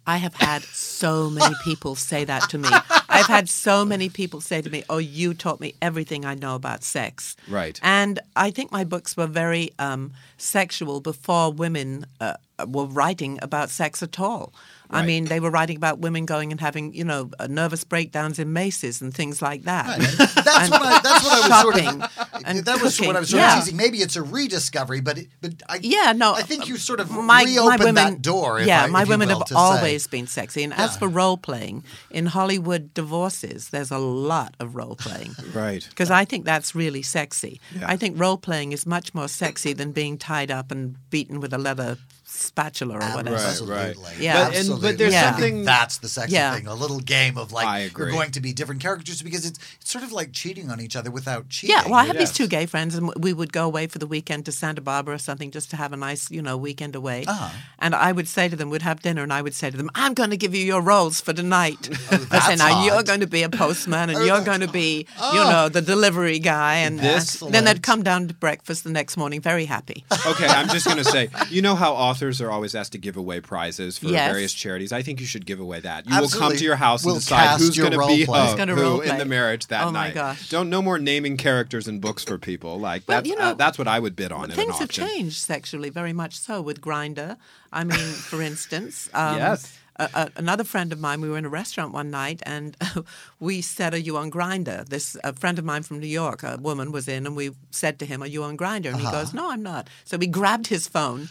C: I have had so many people say that to me. I've had so many people say to me, "Oh, you taught me everything I know about sex."
A: Right.
C: And I think my books were very um, sexual before women uh, were writing about sex at all. I
A: Right.
C: mean, they were writing about women going and having, you know, uh, nervous breakdowns in maces and things like that.
B: That's
C: And
B: what I. That's what I was
C: shopping
B: sort [laughs] of.
C: and
B: that was what I was
C: cooking.
B: sort
C: yeah.
B: of teasing. Maybe it's a rediscovery, but it, but I.
C: Yeah, no.
B: I think you sort of
C: my,
B: reopened
C: my women,
B: that door. if
C: yeah,
B: I-
C: my
B: if you
C: women
B: will,
C: have
B: to say.
C: always been sexy. And as for role playing, in Hollywood divorces, there's a lot of
B: [laughs]
C: role playing.
A: Right.
C: Because I think that's really sexy. I think role playing is much more sexy than being tied up and beaten with a leather spatula or whatever.
A: Right,
B: Absolutely.
A: right.
C: Yeah.
A: But, and, but
B: Absolutely.
A: there's
C: Yeah.
A: something
B: That's the sexy
C: Yeah.
B: thing. A little game of like
A: I
B: we're
A: agree.
B: going to be different characters because it's, it's sort of like cheating on each other without cheating.
C: Yeah, well, I have
A: Yes.
C: these two gay friends, and we would go away for the weekend to Santa Barbara or something just to have a nice, you know, weekend away.
A: Uh-huh.
C: And I would say to them, we'd have dinner, and I would say to them, I'm going to give you your roles
A: [laughs]
C: for tonight.
A: Oh,
C: I say,
B: that's
C: now you're
B: hot."
C: going to be a postman, and you're going to be, you know, the delivery guy. And
A: Oh. This-
C: then they'd come down to breakfast the next morning very happy.
A: [laughs] okay, I'm just going to say, you know how authors are always asked to give away prizes for
C: Yes.
A: various charities? I think you should give away that. You will come
B: Absolutely.
A: to your house
B: We'll
A: and decide
B: cast
A: who's
B: your
A: going to
B: role
A: be
B: play.
A: uh,
B: Who's
C: gonna
A: who
C: role
A: in
C: play.
A: the marriage that
C: Oh my
A: night.
C: gosh.
A: Don't no more naming characters and books for people. Like
C: But,
A: that's
C: you
A: uh,
C: know,
A: that's what I would bid on. in an
C: Things have
A: auction.
C: changed sexually very much so with Grinder. I mean,
A: [laughs]
C: for instance, um,
A: Yes.
C: a, a, another friend of mine. We were in a restaurant one night, and [laughs] we said, "Are you on Grinder?" This a friend of mine from New York, a woman, was in, and we said to him, "Are you on Grinder?" And
A: Uh-huh.
C: he goes, "No, I'm not." So we grabbed his phone,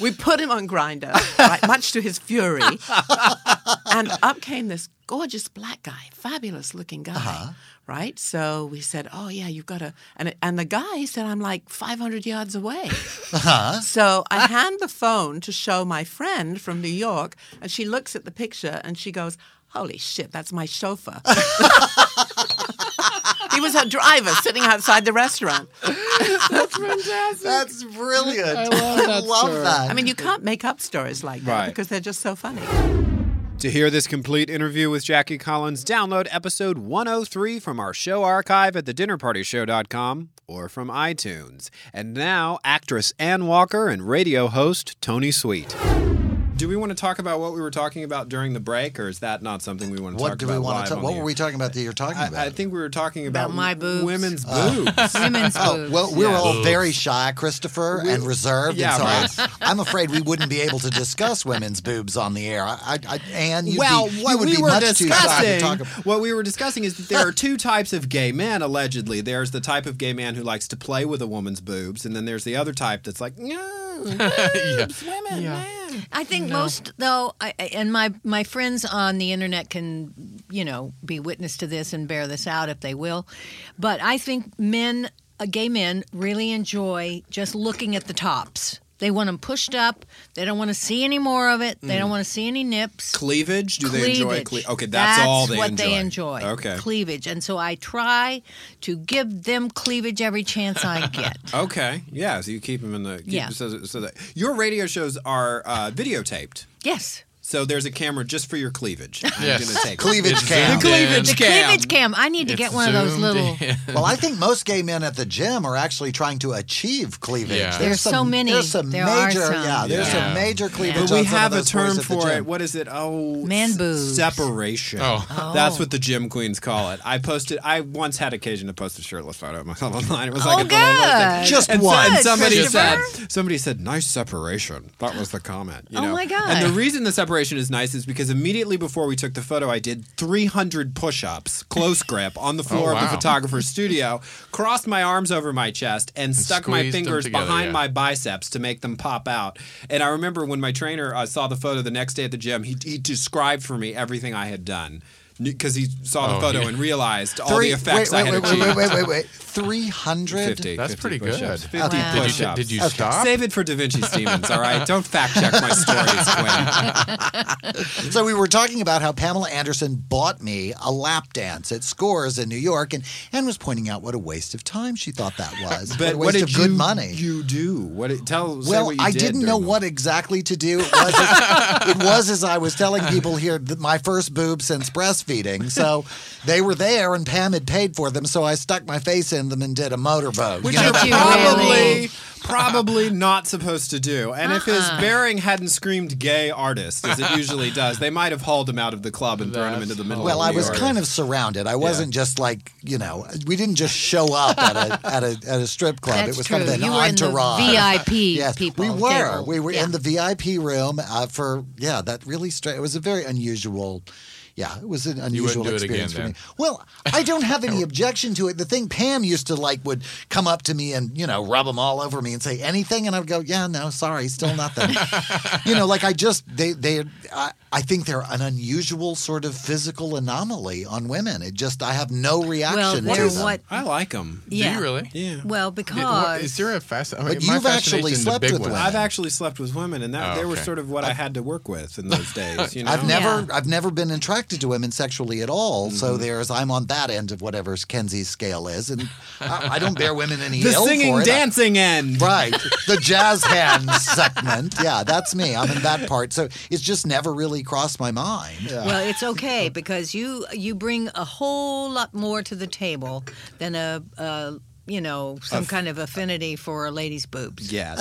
C: we put him on Grinder, right, much to his fury, and up came this gorgeous black guy, fabulous looking guy. Right, so we said, "Oh yeah, you've got to," and it- and the guy said, "I'm like 500 yards away." So I hand the phone to show my friend from New York, and she looks at the picture and she goes, "Holy shit, that's my chauffeur." he was her driver sitting outside the restaurant.
B: [laughs] That's brilliant. I [laughs] love that.
C: I mean, you can't make up stories like that
A: Right.
C: because they're just so funny.
A: To hear this complete interview with Jackie Collins, download episode 103 from our show archive at thedinnerpartyshow.com or from iTunes. And now, actress Ann Walker and radio host Tony Sweet. do we want to talk about what we were talking about during the break, or is that not something we want to
B: What
A: talk
B: do
A: about?
B: we want
A: live
B: to
A: on
B: talk? What
A: the
B: were
A: air?
B: we talking about that you're talking about?
A: I, I think we were talking about,
B: my boobs.
A: women's
B: Oh.
C: [laughs]
A: boobs.
B: [laughs] Women's
A: Oh,
B: boobs. Well, we were
A: Yeah.
B: all
A: Boobs.
B: very shy, Christopher, and reserved.
A: Yeah,
B: and so I, am afraid we wouldn't be able to discuss women's boobs on the air. I, I, I, and you'd
A: well,
B: be, you
A: what
B: would
A: we
B: be
A: were
B: much too shy to
A: discussing,
B: talk about.
A: what we were discussing is that there [laughs] are two types of gay men. Allegedly, there's the type of gay man who likes to play with a woman's boobs, and then there's the other type that's like, no, boobs, women, man.
K: I think
A: No.
K: most though, I, I- and my my friends on the internet can, you know, be witness to this and bear this out if they will. But I think men, uh, gay men, really enjoy just looking at the tops. They want them pushed up. They don't want to see any more of it. They
A: Mm.
K: don't want to see any nips.
A: Cleavage? Do they enjoy?
K: Cleavage.
A: Cle- okay, that's, all they
K: what
A: enjoy.
K: they enjoy.
A: Okay.
K: Cleavage. And so I try to give them cleavage every
A: [laughs]
K: chance I get.
A: Okay. Yeah. So you keep them in the. Keep,
K: Yeah.
A: So, that- so that your radio shows are uh, videotaped.
K: Yes.
A: So there's a camera just for your cleavage. I'm
B: Yes.
A: gonna take it.
B: Cleavage It's cam.
A: The
B: zoomed
A: cleavage
K: The
A: cam.
K: cleavage cam. I need to get one of those [laughs] little.
B: [laughs] Well, I think most gay men at the gym are actually trying to achieve cleavage.
A: Yeah.
K: There's so many.
B: There's some
K: There are
B: major,
K: some.
B: yeah. There's
A: Yeah.
B: some major cleavage.
A: But we
B: on some of
A: have a
B: those boys
A: term
B: at the
A: for
B: gym.
A: it. What is it? Oh,
K: man boobs.
A: Separation.
K: Oh. Oh.
A: That's what the gym queens call it. I posted. I once had occasion to post a shirtless photo of myself [laughs] online. It was like
K: Oh,
A: a little little thing.
K: good. Just
A: and so-
K: one.
A: and
K: Good,
A: somebody said.
K: Christopher.
A: Somebody said, "Nice separation." That was the comment. You
K: Oh,
A: know?
K: my God.
A: And the reason the separation is nice is because immediately before we took the photo, I did 300 push-ups,
B: [laughs]
A: close grip, on the floor of
L: Oh, wow.
A: the photographer's studio, crossed my arms over my chest, and stuck my
L: squeezed them
A: fingers
L: together,
A: behind
L: yeah.
A: my biceps to make them pop out. And I remember when my trainer uh, saw the photo the next day at the gym, he, he described for me everything I had done because he saw the
L: Oh,
A: photo
L: yeah.
A: and realized all
B: Three-
A: the effects
B: wait,
A: I had
B: wait, wait,
A: achieved.
B: wait, wait, wait, [laughs] wait. 300?
A: 50, 50 push-ups. 50
B: Okay.
A: push-ups.
L: Did you- did you Okay. stop?
A: Save it for Da Vinci Stevens, all right? Don't fact check my
B: [laughs]
A: stories, Quinn.
B: so we were talking about how Pamela Anderson bought me a lap dance at Scores in New York, and and was pointing out what a waste of time she thought that was.
A: But
B: a
A: what
B: waste
A: did
B: of good
A: you,
B: money.
A: you do? What did, tell say
B: well,
A: what you
B: I
A: did
B: didn't
A: during
B: know
A: the-
B: what exactly to do. It was, as, it was as I was telling people here, th- my first boob since breastfeeding. So they were there, and Pam had paid for them. So I stuck my face in them and did a motorboat.
A: Which
B: You know,
A: you're
B: that-
A: probably probably not supposed to do. And if his
L: Uh-uh.
A: bearing hadn't screamed "gay artist" as it usually does, they might have hauled him out of the club and thrown him into Oh, the middle.
B: Well,
A: of
B: I
A: New
B: was
A: York.
B: kind of surrounded. I wasn't just like you know. We didn't just show up at a at a, at a strip club.
K: That's
B: it was
K: true.
B: kind of an
K: you were in the
B: entourage.
K: VIP
B: [laughs] yes,
K: people.
B: we
L: Oh,
B: were.
K: table.
B: We were in the VIP room uh, for yeah. That really stra- it was a very unusual. Yeah, it was an
L: You wouldn't
B: unusual
L: do it
B: experience for
L: again,
B: me. Well, I don't have
L: [laughs]
B: any objection to it. The thing Pam used to like would come up to me and you know rub them all over me and say anything, and I'd go, yeah, no, sorry, still
L: [laughs]
B: nothing. you know, like I just they they I, I think they're an unusual sort of physical anomaly on women. It just I have no reaction
K: they're
B: to them.
K: what- I
A: like them.
K: Do you Yeah.
L: really?
A: Yeah.
K: Well, because
L: is there a fast? I mean,
B: But
L: my
B: you've actually
L: fascination's a
B: slept
L: big
B: with
L: one.
B: women.
A: I've actually slept with women, and that
L: Oh,
A: they were
L: okay.
A: sort of what I had to work with in those [laughs] days.
L: [laughs]
A: You know?
B: I've never I've never been attracted to women sexually at all. So
A: Mm-hmm.
B: there's I'm on that end of whatever Kenzie's scale is, and I, I don't bear women any
A: The
B: ill
A: singing,
B: for it. I-
A: dancing end,
B: right? The
A: [laughs]
B: jazz hands segment. Yeah, that's me. I'm in that part. So it's just never really crossed my mind.
K: Well, it's okay because you you bring a whole lot more to the table than a, a you know some
B: Aff-
K: kind of affinity for a lady's boobs.
A: Yes,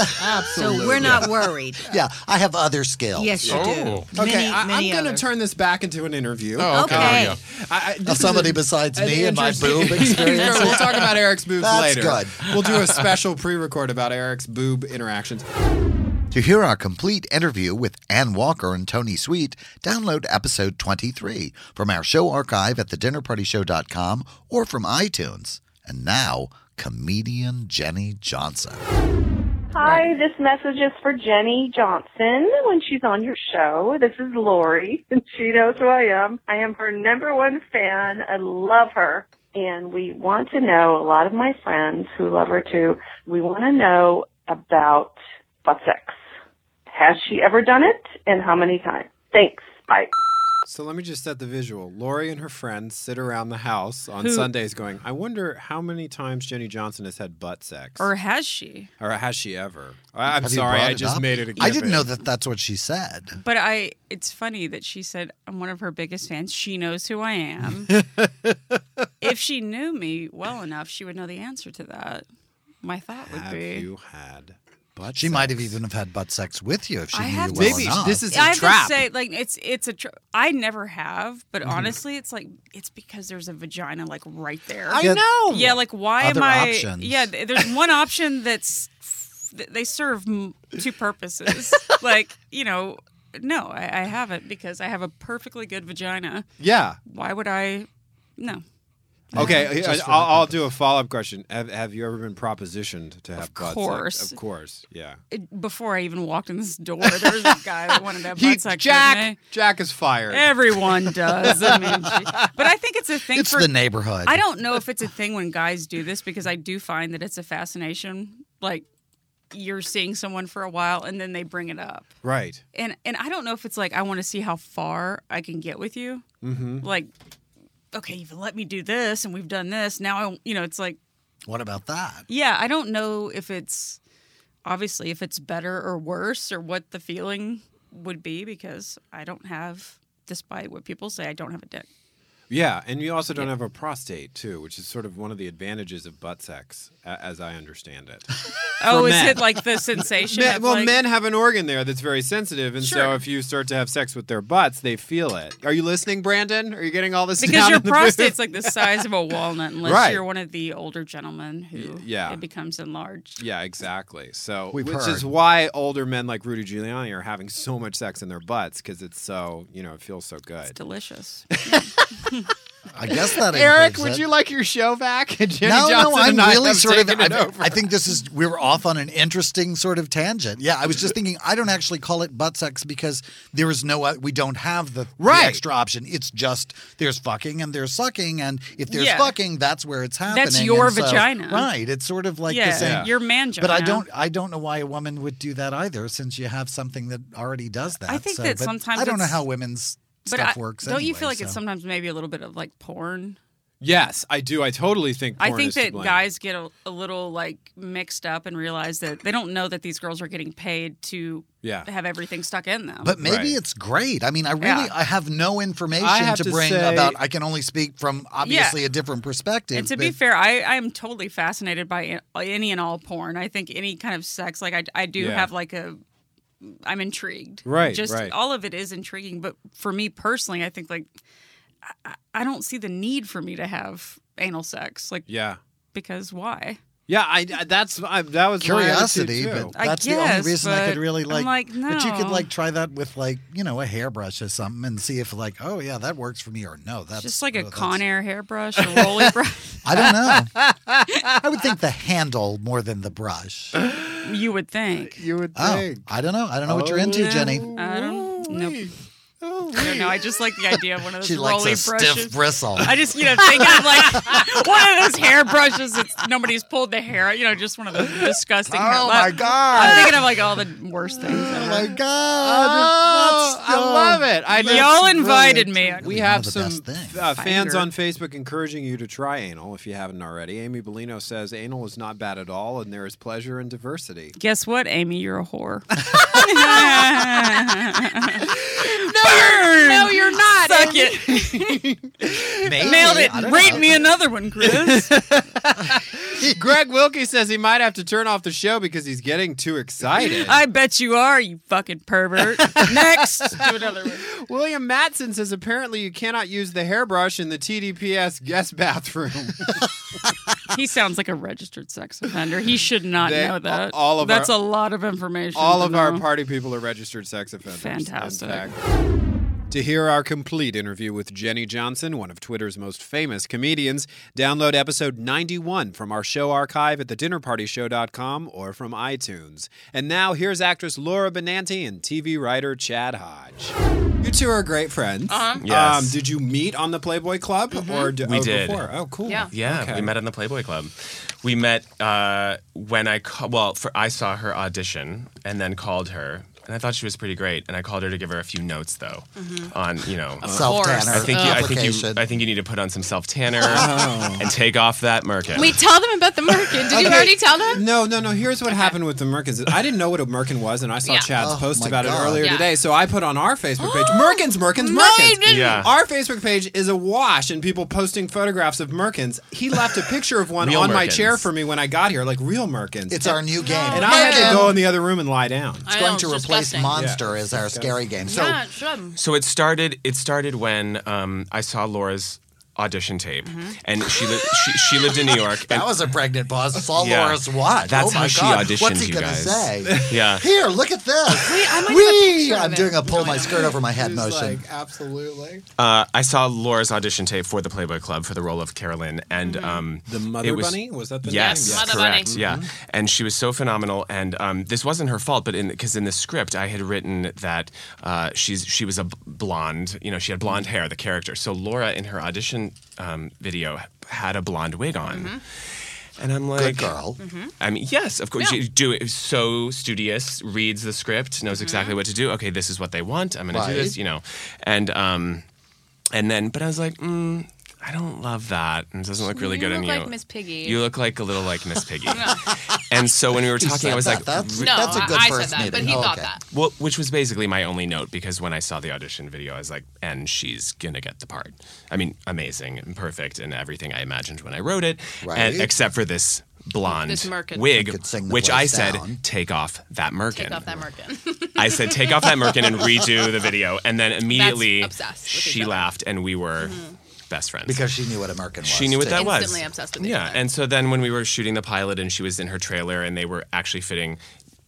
K: So we're not worried.
B: Yeah, I have other skills.
K: Yes, you do.
A: Oh. Okay,
K: Many,
A: I,
K: many
A: I'm going
K: others.
A: to turn this back into an interview.
K: Oh, okay. Okay. There
A: I, I, this
B: Of
A: is
B: somebody
A: an-
B: besides
A: an
B: me and my
A: [laughs] interesting-
B: boob experience.
A: we'll talk about Eric's boobs
B: That's
A: later.
B: good.
A: We'll
B: [laughs]
A: do a special pre-record about Eric's boob interactions.
B: To hear our complete interview with Ann Walker and Tony Sweet, download episode 23 from our show archive at thedinnerpartyshow.com or from iTunes. And now, comedian Jenny Johnson.
M: Hi, this message is for Jenny Johnson when she's on your show. This is Lori, [laughs] and she knows who I am. I am her number one fan. I love her. And we want to know, a lot of my friends who love her too, we want to know about butt sex. Has she ever done it, and how many times? Thanks. Bye.
A: So let me just set the visual. Lori and her friends sit around the house on
N: Who-
A: Sundays going, I wonder how many times Jenny Johnson has had butt sex.
N: Or has she?
A: Or has she ever? I- I'm
B: Have you
A: sorry,
B: brought
A: I
B: it
A: just
B: up?
A: made it a
B: I
A: given.
B: didn't know that that's what she said.
N: But I, it's funny that she said I'm one of her biggest fans. She knows who I am. if she knew me well enough, she would know the answer to that. My thought would
A: Have
N: be,
A: you had Butt
B: she might have even have had butt sex with you if she
N: I
B: knew
N: have
B: you
N: to-
B: well
N: Maybe
B: enough.
A: this is
N: I have to say, like it's it's a. Tr- I never have, but
B: Mhm.
N: honestly, it's like it's because there's a vagina like right there.
G: I Yeah, know.
N: Yeah, like why
G: other
N: am I?
G: options.
N: Yeah, th- there's one option that's th- they serve m- two purposes. like you know, no, I, I haven't because I have a perfectly good vagina.
A: Yeah.
N: Why would I? No.
A: Okay, I-
N: Just for
A: I'll, I'll do a follow up question. Have, have you ever been propositioned to have butt sex?
N: course.
A: Of course, yeah.
N: It- Before I even walked in this door, there was a guy that wanted to
A: [laughs]
N: have
A: He-
N: butt sex.
A: Jack, Jack is fired.
N: Everyone does. I mean, gee. but I think it's a thing.
B: It's
N: for,
B: the neighborhood.
N: I don't know if it's a thing when guys do this because I do find that it's a fascination. Like you're seeing someone for a while and then they bring it up,
A: Right.
N: and and I don't know if it's like I want to see how far I can get with you.
A: Mhm.
N: Like, okay, you've let me do this and we've done this. Now I, you know, it's like
B: What about that?
N: yeah, I don't know if it's obviously if it's better or worse or what the feeling would be because I don't have, despite what people say, I don't have a dick.
A: Yeah, and you also don't have a prostate too, which is sort of one of the advantages of butt sex, a- as I understand
N: [laughs]
A: it.
N: oh,
A: For
N: is
A: men.
N: it like the sensation?
A: Men-
N: of
A: well,
N: like,
A: men have an organ there that's very sensitive, and so
N: Sure.
A: if you start to have sex with their butts, they feel it. Are you listening, Brandon? Are you getting all this? [laughs]
N: because
A: down
N: your
A: in the
N: prostate's
A: booth?
N: like the
A: [laughs]
N: size of a walnut, unless
A: Right.
N: you're one of the older gentlemen who
A: Y- yeah.
N: it becomes enlarged.
A: Yeah, exactly. So,
B: We've
A: which
B: heard.
A: is why older men like Rudy Giuliani are having so much sex in their butts because it's so you know it feels so good. It's
N: delicious.
B: I guess that
A: Eric,
B: improves
A: would
B: it.
A: you like your show back?
N: [laughs]
A: And Jenny
B: no,
A: Johnson
B: no, I'm
A: and I
B: really
A: have
B: sort of.
A: taken it
B: I,
A: over.
B: I think this is we were off on an interesting sort of tangent. Yeah, I was just thinking. I don't actually call it butt sex because there is no. o- We don't have the, the
A: Right.
B: extra option. It's just there's fucking and there's sucking, and if there's
N: Yeah.
B: fucking, that's where it's happening.
N: your
B: and so-
N: vagina.
B: right? It's sort of like
N: Yeah,
B: the same.
N: your man
B: But I
N: vagina.
B: don't. I don't know why a woman would do that either, since you have something that already does that.
N: I think
B: so,
N: that
B: uh, but
N: sometimes
B: I don't know
N: it's-
B: how women's
N: But
B: stuff
N: I-
B: works.
N: don't you
B: anyway,
N: feel like it's
B: so.
N: sometimes maybe a little bit of like porn?
A: yes, I do. I totally think.
N: I
A: porn
N: think
A: is to
N: that
A: blame.
N: guys get a, a little like mixed up and realize that they don't know that these girls are getting paid to
B: Yeah.
N: have everything stuck in them.
B: But maybe it's great. I mean, I really
N: Yeah.
B: I have no information
A: I have
B: to
A: to
B: bring
A: say-
B: about. I can only speak from obviously a different perspective.
N: And to be
B: but-
N: fair, I, I am totally fascinated by an- any and all porn. I think any kind of sex, like I, I do
A: Yeah.
N: have like a, I'm intrigued.
A: Right,
N: Just
A: right.
N: all of it is intriguing. But for me personally, I think like, I- I, I don't see the need for me to have anal sex. Like,
A: Yeah.
N: because why?
A: Yeah, I, I- that's I, that was my attitude,
B: curiosity,
A: too.
B: but
N: I
B: that's the
N: guess,
B: only reason I could
N: but
B: really
N: I'm
B: like.
N: like,
B: But you could
N: no.
B: like try that with like you know a hairbrush or something and see if like oh yeah that works for me or no that's
N: Just like a
B: oh, that's- [laughs]
N: Conair hairbrush, a rolly brush.
B: I don't
N: [laughs]
B: know. I would think the handle more than the brush.
N: You would think.
A: You would
B: Oh, I don't know. I don't know what you're into, Jenny.
N: I don't. Nope. I don't know. I just like the idea of one of those
B: She
N: rolly
B: likes a
N: brushes.
B: stiff bristle.
N: I just, you know, think of like [laughs] one of those hair brushes that nobody's pulled the hair. out, You know, just one of those disgusting. hair-
B: Oh, my God.
N: I'm thinking of like all the worst things.
B: Oh my god!
A: Oh, I love it. I
N: y'all invited me.
A: We have some uh, fans on Facebook encouraging you to try anal if you haven't already. Amy Bellino says anal is not bad at all, and there is pleasure in diversity.
N: Guess what, Amy? You're
B: [laughs]
N: a whore. [laughs]
G: no, you're not.
N: Suck it. Nailed it. Rate me another one, Chris. [laughs]
A: [laughs] Greg Wilkie says he might have to turn off the show because he's getting too excited.
N: I bet you are, you fucking
A: [laughs]
N: pervert. Next, do another one.
A: William Matson says apparently you cannot use the hairbrush in the TDPS guest bathroom.
N: He sounds like a registered sex offender. He should not
A: They-
N: know that.
A: all of our-
N: that's a lot of information.
A: All
N: to
A: of our
N: know.
A: party people are registered sex offenders. in
N: Fantastic.
A: fact. To hear our complete interview with Jenny Johnson, one of Twitter's most famous comedians, download episode 91 from our show archive at thedinnerpartyshow.com or from iTunes. And now here's actress Laura Benanti and TV writer Chad Hodge. You two are great friends.
L: Uh-huh. Yes.
A: Um, did you meet on the Playboy Club or d-
L: we
A: oh,
L: did.
A: before? Oh, cool.
L: Yeah, we met in the Playboy Club. We met uh, when I ca- well, for I saw her audition and then called her and I thought she was pretty great. And I called her to give her a few notes though
O: Mhm.
L: on you know
O: Of Self-tanner course.
L: I think you, I think you
O: application.
L: I think you need to put on some self tanner
O: Oh.
L: and take off that merkin.
O: Wait, tell them about
L: [laughs]
O: the merkin. Did you
A: Okay.
O: already tell them?
A: No, no, no. Here's what happened with the Merkins. I didn't know what a Merkin was, and I saw
O: Yeah.
A: Chad's
O: Oh,
A: post
O: my
A: about
O: God.
A: it earlier
O: Yeah.
A: today. So I put on our Facebook
O: [gasps]
A: page, Merkins, Merkins,
O: No, you
A: Merkins.
O: didn't. Yeah.
A: Our Facebook page is awash in people posting photographs of Merkins. He left a picture of one
O: Real
A: on my
O: Merkins.
A: chair for me when I got here, like real Merkins.
H: It's our new game.
A: And I had to go in the other room and lie down.
H: It's
N: Oh,
H: going to replace Monster
L: Yeah.
H: as our scary game. So
O: yeah, shove 'em.
L: So it started. It started when um, I saw Laura's audition tape, and she lived. She, she lived in New York.
H: Mm-hmm. [laughs] that
L: and-
H: was a pregnant pause. Saw
L: Yeah.
H: Laura's watch.
L: That's
H: oh my
L: how she
H: God.
L: auditioned.
H: What's he
L: you
H: gonna
L: guys.
H: say?
L: [laughs] Yeah.
H: Here, look at this. Wait, I
L: might have a picture of
H: I'm
L: it.
H: doing a pull my skirt over my head motion.
A: absolutely.
L: Uh, I saw Laura's audition tape for the Playboy Club for the role of Carolyn, and um,
A: the Mother
L: it was,
A: Bunny? Was that the
L: yes,
A: name? Yes. Mother
L: correct,
A: Bunny.
L: yeah.
A: Mhm.
L: And she was so phenomenal, and um, this wasn't her fault, but because in, the script I had written that uh, she's she was a b- blonde, you know, she had blonde hair, the character. So Laura in her audition um, video had a blonde wig on.
A: Mm-hmm.
L: And I'm like,
H: girl.
L: I mean, yes, of course. You do it. So studious, reads the script, knows exactly what to do. Okay, this is what they want. I'm going to do
O: Mm-hmm.
L: this,
O: Right.
L: you know. And um, and then, but I was like, mm, I don't love that, and it doesn't look really
O: You
L: good on
O: look
L: you.
O: like Miss Piggy.
L: You look like a little like Miss Piggy.
O: [laughs]
L: and so when we were
O: Who
L: talking, I
O: said
L: was
O: that?
L: like,
O: That's-
L: re-
O: No, that's a I- good I said first that, but meeting. he Oh, thought okay. that.
L: Well, which was basically my only note because when I saw the audition video, I was like, and she's gonna get the part. I mean, amazing and perfect and everything I imagined when I wrote it,
O: Right.
L: and except for this blonde
O: This merkin.
L: wig,
O: You could sing the
L: which
O: voice
L: I said,
O: down.
L: take off that merkin.
O: Take off that merkin.
L: [laughs] I said, take off that merkin and redo
A: [laughs]
L: the video, and then immediately
O: obsessed with each
L: she
O: other. Mm-hmm.
L: laughed, and we were best friends
H: Because she knew what a merkin was.
L: she knew what
H: too.
L: that was.
O: Instantly obsessed with each
L: yeah,
O: other.
L: and so then when we were shooting the pilot and she was in her trailer and they were actually fitting.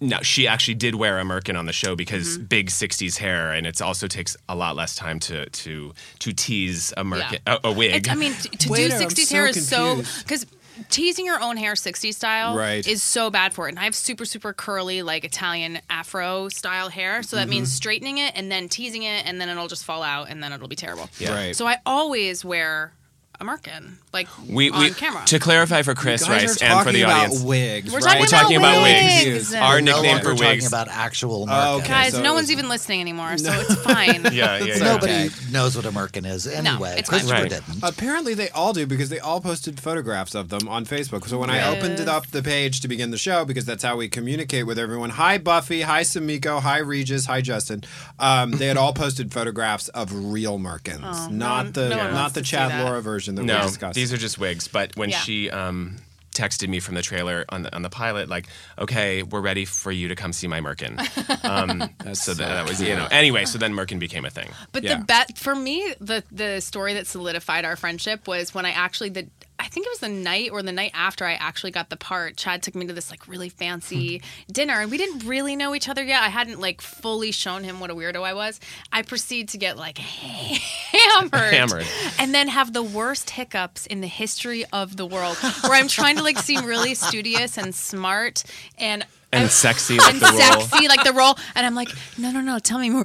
L: No, she actually did wear a merkin on the show because
O: Mhm.
L: big '60s hair, and it also takes a lot less time to to to tease a merkin,
O: Yeah.
L: a, a wig.
O: It's- I mean, t- to
A: Waiter,
O: do
A: I'm
O: 60s
A: so
O: hair is so
A: confused.
O: because teasing your own hair 60s style
A: Right.
O: is so bad for it. And I have super super curly like Italian afro style hair, so that
L: Mhm.
A: Mm-hmm.
O: means straightening it and then teasing it and then it'll just fall out and then it'll be terrible.
L: Yeah. Right.
O: So I always wear a merkin like
L: we,
O: on
L: we
O: camera.
L: to clarify for Chris
A: guys are
L: Rice and for
A: talking
L: the
A: about
L: audience,
A: wigs,
O: We're right? talking about wigs.
L: Our
H: We're no
L: nickname
H: longer
L: for
H: talking
L: wigs.
H: about actual
L: Oh,
H: merkin.
L: okay.
O: Guys, no one's even listening anymore, [laughs] so it's fine.
L: [laughs] Yeah, yeah, yeah.
H: Nobody
L: Okay.
H: knows what a merkin is anyway.
O: it's fine.
H: Christopher
L: Right.
H: didn't.
A: Apparently, they all do because they all posted photographs of them on Facebook. So when I
O: Yes.
A: opened it up the page to begin the show, because that's how we communicate with everyone. Hi Buffy, hi Samiko, hi Regis, hi Justin. Um, they had all posted photographs of real Merkins,
O: Oh,
A: not
O: no-
A: the
O: no one
A: not
O: wants
A: the
O: to see
A: Chad
O: that.
A: Laura version that we
L: no,
A: discussed.
L: these are just wigs. But when
O: Yeah.
L: she um, texted me from the trailer on the on the pilot, like, okay, we're ready for you to come see my
O: [laughs]
L: Merkin. Um, so, that, that was you know.
A: cute.
L: Anyway, so then Merkin became a thing.
O: But the bet for me, the the story that solidified our friendship was when I actually the I think it was the night or the night after I actually got the part. Chad took me to this like really fancy dinner, and we didn't really know each other yet. I hadn't like fully shown him what a weirdo I was. I proceed to get like [laughs] hammered,
L: Hammered.
O: and then have the worst hiccups in the history of the world, where I'm trying to like seem really studious and smart and. [laughs]
L: and sexy like
O: and
L: the role.
O: sexy like the role and i'm like no no no tell me more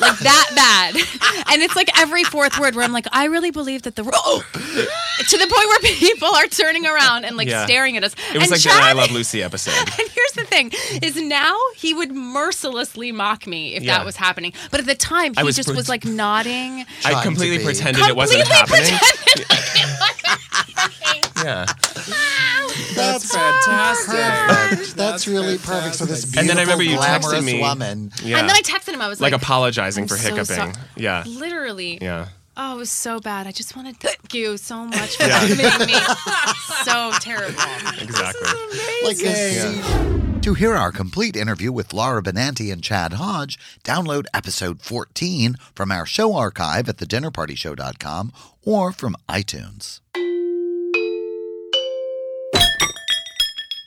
O: like that bad [laughs] and it's like every fourth word where i'm like i really believe that the role
L: [laughs]
O: to the point where [laughs] people are turning around and like
L: Yeah.
O: staring at us
L: It was
O: and
L: like
O: Chad,
L: the I Love Lucy episode.
O: [laughs] and here's the thing is now he would mercilessly mock me if
L: Yeah.
O: that was happening but at the time
L: I
O: he
L: was
O: just
L: pret-
O: was like nodding
L: I completely pretended it wasn't
O: Completely
L: happening. [laughs]
O: pretending.
L: yeah.
H: That's
A: fantastic.
H: Perfect. That's really perfect for this beautiful,
L: and then I remember you
H: glamorous
L: texted me.
H: woman.
L: Yeah.
O: and then i texted him i was like,
L: like, apologizing
O: "I'm
L: for
O: so
L: hiccuping.
O: sorry."
L: Yeah.
O: literally
L: Yeah.
O: Oh, it was so bad. I just wanted to thank you so much for
L: Yeah.
O: making
L: [laughs]
O: me so terrible.
L: Exactly.
H: Like a
B: To hear our complete interview with Laura Benanti and Chad Hodge, download episode 14 from our show archive at thedinnerpartyshow.com or from iTunes.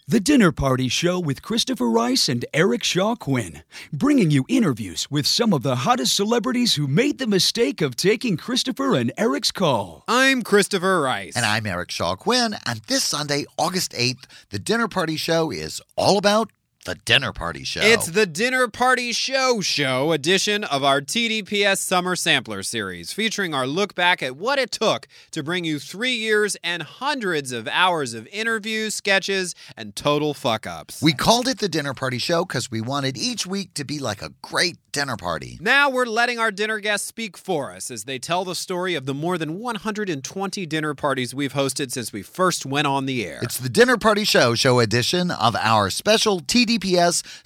E: The Dinner Party Show with Christopher Rice and Eric Shaw Quinn, bringing you interviews with some of the hottest celebrities who made the mistake of taking Christopher and Eric's call.
A: I'm Christopher Rice.
B: And I'm Eric Shaw Quinn. And this Sunday, August 8th, the Dinner Party Show is all about The Dinner Party Show.
A: It's the Dinner Party Show Show edition of our TDPS Summer Sampler series, featuring our look back at what it took to bring you three years and hundreds of hours of interviews, sketches, and total fuck ups.
B: We called it the Dinner Party Show because we wanted each week to be like a great dinner party.
A: Now we're letting our dinner guests speak for us as they tell the story of the more than 120 dinner parties we've hosted since we first went on the air.
B: It's the Dinner Party Show Show edition of our special TDPS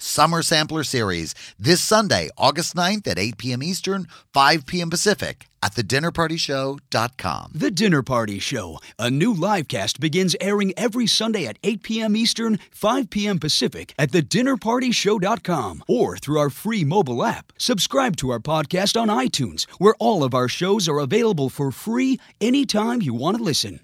B: Summer Sampler Series this Sunday, August 9th at 8 p.m. Eastern, 5 p.m. Pacific at thedinnerpartyshow.com.
E: The Dinner Party Show. A new live cast begins airing every Sunday at 8 p.m. Eastern, 5 p.m. Pacific at thedinnerpartyshow.com or through our free mobile app. Subscribe to our podcast on iTunes, where all of our shows are available for free anytime you want to listen.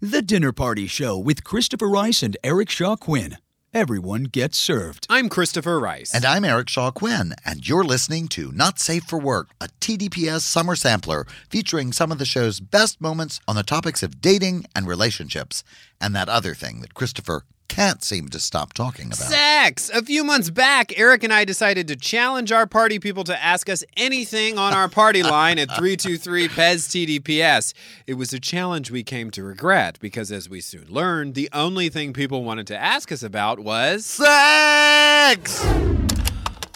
E: The Dinner Party Show with Christopher Rice and Eric Shaw Quinn. Everyone gets served.
A: I'm Christopher Rice.
B: And I'm Eric Shaw Quinn, and you're listening to Not Safe for Work, a TDPS summer sampler featuring some of the show's best moments on the topics of dating and relationships, and that other thing that Christopher can't seem to stop talking about.
A: Sex! A few months back, Eric and I decided to challenge our party people to ask us anything on our
B: [laughs]
A: party line at 323 PEZ TDPS. E It was a challenge we came to regret because, as we soon learned, the only thing people wanted to ask us about was
B: sex!
A: Oh.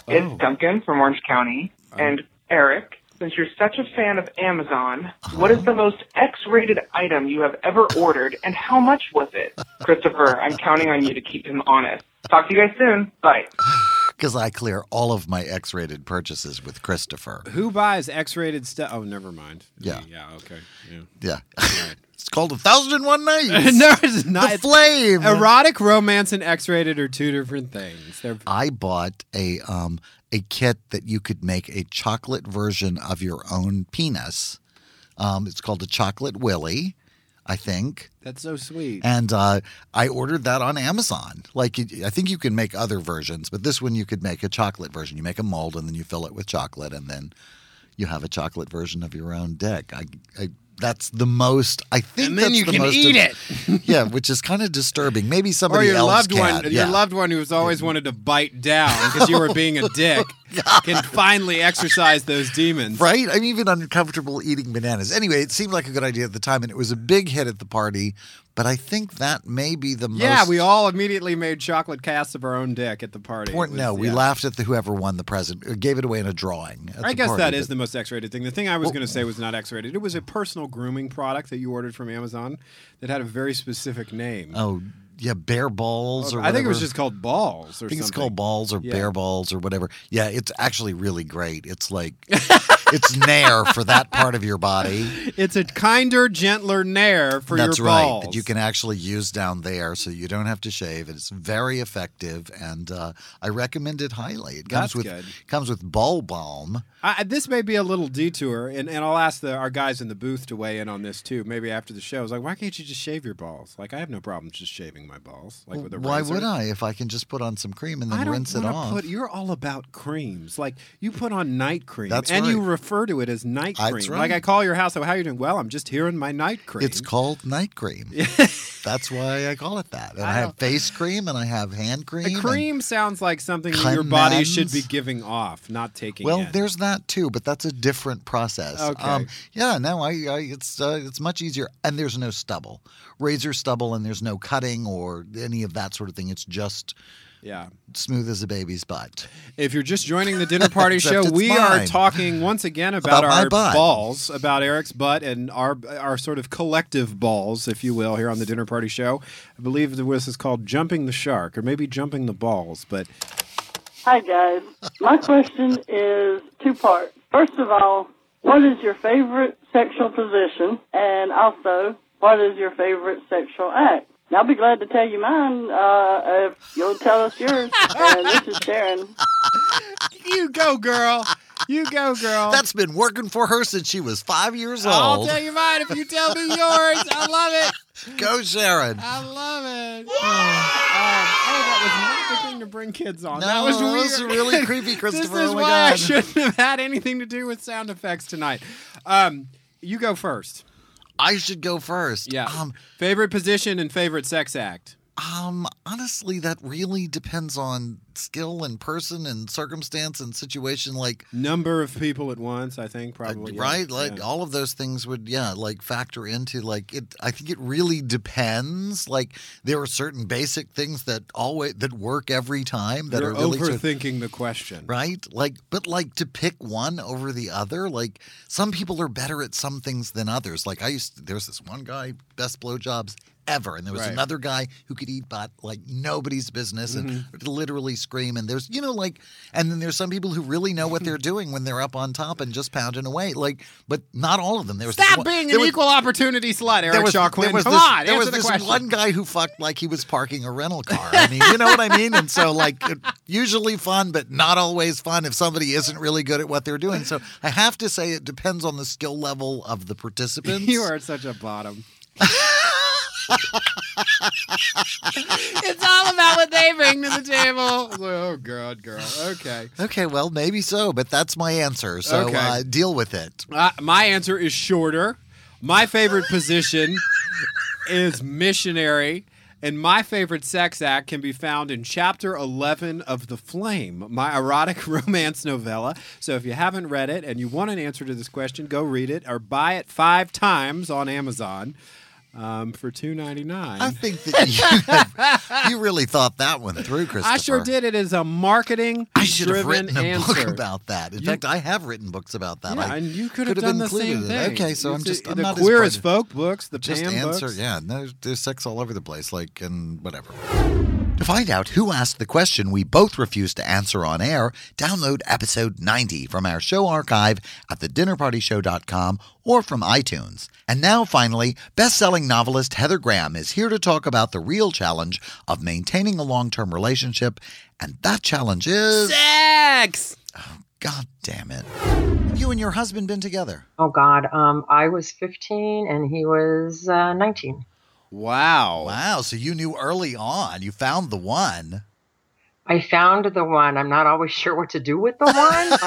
P: It's Duncan from Orange County. And Eric, since you're such a fan of Amazon, what is the most X rated item you have ever ordered and how much was it? Christopher, I'm counting on you to keep him honest. Talk to you guys soon. Bye.
B: Because I clear all of my X rated purchases with Christopher.
A: Who buys X rated stuff? Oh, never mind.
B: Yeah.
A: Yeah, okay. Yeah.
B: Yeah. [laughs] it's called A Thousand
A: [laughs]
B: and One Nights.
A: no, it's not.
B: The Flame.
A: Erotic romance and X rated are two different things. They're
B: I bought a um a kit that you could make a chocolate version of your own penis. Um, it's called a chocolate willy, I think.
A: That's so sweet.
B: And uh, I ordered that on Amazon. Like, it- I think you can make other versions, but this one you could make a chocolate version. You make a mold and then you fill it with chocolate, and then you have a chocolate version of your own dick. I, I that's the most I think.
A: And then
B: that's
A: you
B: the
A: can
B: most
A: eat it.
B: [laughs] yeah, which is kind of disturbing. Maybe
A: Or
B: somebody
A: your
B: else
A: loved
B: can.
A: one,
B: yeah.
A: your loved one who's always wanted to bite down because [laughs] you were being a dick, can finally exercise those demons.
B: Right? I'm even uncomfortable eating bananas. Anyway, it seemed like a good idea at the time, and it was a big hit at the party. But I think that may be the
A: Yeah,
B: most
A: we all immediately made chocolate casts of our own dick at the party. It
B: important.
A: was-
B: No, we
A: yeah.
B: laughed at the whoever won the present, or gave it away in a drawing. at
A: I
B: the
A: guess
B: party,
A: that Oh. is
B: but-
A: the most X-rated thing. The thing I was going to say was not X-rated. It was a personal grooming product that you ordered from Amazon that had a very specific name.
B: Oh, yeah, bear balls or
A: Oh, I think it was
B: whatever.
A: just called balls or
B: I think it's
A: something.
B: called balls or
A: Yeah.
B: bear balls or whatever. Yeah, it's actually really great.
A: [laughs]
B: It's like it's nair for that part of your body.
A: It's a kinder, gentler nair [laughs] for
B: That's
A: your
B: right.
A: balls.
B: That you can actually use down there, so you don't have to shave. It's very effective, and uh, I recommend it highly. It comes
A: That's
B: with
A: good.
B: comes with ball balm.
A: I, I- this may be a little detour, and, and I'll ask the, our guys in the booth to weigh in on this too. Maybe after the show, I was like, why can't you just shave your balls? Like, I have no problem just shaving my balls, like with a
B: Why
A: razor.
B: would I if I can just put on some cream and then
A: I don't
B: rinse it
A: wanna
B: off?
A: Put, you're all about creams. Like you put on night cream,
B: That's
A: and you
B: right.
A: refer to it as night
B: That's
A: cream. Like
B: right.
A: I call your house, so how you doing? Well, I'm just here in my night cream.
B: It's called night cream. That's why I call it that. And I,
A: I don't-
B: have face cream and I have hand cream.
A: a
B: and-
A: cream sounds like something that your body should be
B: Cleanse.
A: giving off, not taking.
B: Well,
A: in.
B: there's that too, but that's a different process. Um,
A: Okay.
B: yeah, no, I, I it's uh, it's much easier, and there's no stubble, razor stubble, and there's no cutting or any of that sort of thing. It's just
A: yeah.
B: smooth as a baby's butt.
A: If you're just joining the
B: [laughs]
A: dinner party
B: Except
A: show,
B: it's
A: we are
B: mine.
A: talking once again about,
B: About my
A: our
B: butt.
A: balls, about Eric's butt, and our our sort of collective balls, if you will, here on the dinner party show. I believe the this is called jumping the shark, or maybe jumping the balls. But
Q: Hi, guys. My question is two parts. First of all, what is your favorite sexual position? And also, what is your favorite sexual act? And I'll be glad to tell you mine uh, if you'll tell us yours. and this is Sharon.
A: you go, girl. You go, girl.
B: That's been working for her since she was five years old.
A: I'll tell you mine if you tell me yours. I love it.
B: [laughs] Go, Sharon.
A: I love [sighs] it. Oh, that was not the thing to bring kids on.
B: No,
A: that was
B: that
A: weird. [laughs]
B: was really creepy, Christopher.
A: this is
B: Oh my
A: why I
B: God. [laughs]
A: shouldn't have had anything to do with sound effects tonight. Um, you go first.
B: I should go first.
A: Yeah. favorite position and favorite sex act.
B: Um, honestly, that really depends on skill and person and circumstance and situation. Like Uh,
A: number of people at once, I think probably. yeah.
B: right, like
A: Yeah.
B: all of those things would yeah, like factor into like it. I think it really depends. Like there are certain basic things that always that work every time that
A: You're
B: are really sort of-
A: overthinking the question.
B: right? Like, but like to pick one over the other, like some people are better at some things than others. Like I used, there's this one guy best blowjobs ever, and there was
A: Right.
B: another guy who could eat butt like nobody's business
A: Mm-hmm.
B: and literally scream. And there's you know like, and then there's some people who really know
A: [laughs]
B: what they're doing when they're up on top and just pounding away. Like, but not all of them. There was this
A: Stop
B: one-
A: being
B: there
A: an
B: was-
A: equal opportunity slut, Eric
B: there was,
A: Shaw
B: there
A: Quinn.
B: was
A: Come
B: this,
A: on,
B: there
A: answer
B: was
A: the
B: this
A: question.
B: one guy who fucked like he was parking a rental car. I mean, you know what I mean? And so, like, it- usually fun, but not always fun if somebody isn't really good at what they're doing. So, I have to say, it depends on the skill level of the participants.
A: [laughs] You are such a bottom.
G: it's all about what they bring to the table.
A: oh God, girl. Okay.
B: Okay, well, maybe so, but that's my answer. So,
A: Okay.
B: uh, deal with it.
A: Uh, my answer is shorter. My favorite position is missionary. And my favorite sex act can be found in chapter 11 of The Flame, my erotic [laughs] romance novella. So if you haven't read it and you want an answer to this question, go read it or buy it five times on Amazon um, for two ninety nine.
B: [laughs] I think that you, you really thought that one through, Christopher.
A: [laughs] I sure did. It is a marketing
B: I should have written a
A: answer.
B: book about that. In
A: You-
B: fact, I have written books about that.
A: Yeah,
B: I
A: and you could have
B: could've
A: done the same
B: included it.
A: thing.
B: Okay, so
A: You
B: I'm
A: see,
B: just I'm
A: the
B: not
A: queer
B: as
A: as folk books, the
B: just
A: Pam
B: answer.
A: books.
B: Yeah, no, there's sex all over the place, like and whatever. To find out who asked the question we both refused to answer on air, download episode 90 from our show archive at thedinnerpartyshow.com or from iTunes. And now, finally, best selling novelist Heather Graham is here to talk about the real challenge of maintaining a long term relationship, and that challenge is. Oh,
R: Sex!
B: God damn it. Have you and your husband been together?
R: Oh God, um, I was 15 and he was uh, 19.
A: Wow.
B: Wow. So you knew early on. You found the one.
R: I found the one. I'm not always sure what to do with the one.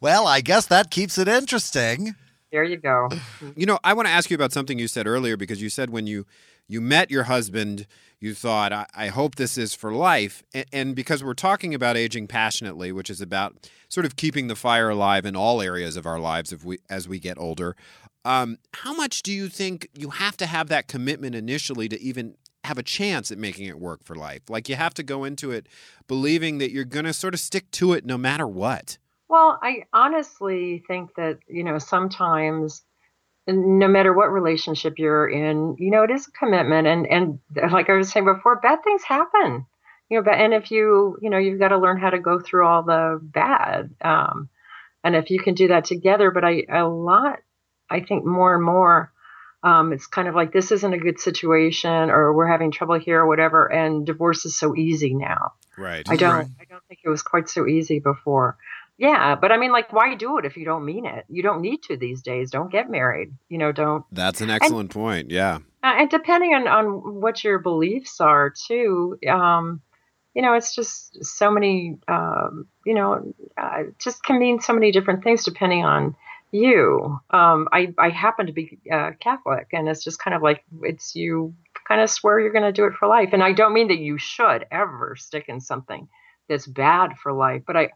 B: Well, I guess that keeps it interesting.
R: there you go.
A: You know, I want to ask you about something you said earlier because you said when you you met your husband, you thought, "I, I hope this is for life." And, and because we're talking about aging passionately, which is about sort of keeping the fire alive in all areas of our lives if we as we get older, um, how much do you think you have to have that commitment initially to even have a chance at making it work for life? Like you have to go into it believing that you're going to sort of stick to it no matter what.
R: Well, I honestly think that, you know, sometimes no matter what relationship you're in, you know, it is a commitment and and [laughs] like I was saying before, bad things happen. You know, but and if you, you know, you've got to learn how to go through all the bad. Um and if you can do that together, but I a lot I think more and more um, it's kind of like this isn't a good situation or we're having trouble here or whatever and divorce is so easy now.
A: Right.
R: I don't I don't think it was quite so easy before. Yeah, but I mean like why do it if you don't mean it? You don't need to these days. Don't get married. You know, don't
A: That's an excellent point. Yeah.
R: uh, and depending on on what your beliefs are too, um you know, it's just so many um you know, uh, it just can mean so many different things depending on you. Um I I happen to be uh, Catholic and it's just kind of like it's you kind of swear you're going to do it for life and I don't mean that you should ever stick in something that's bad for life. But I,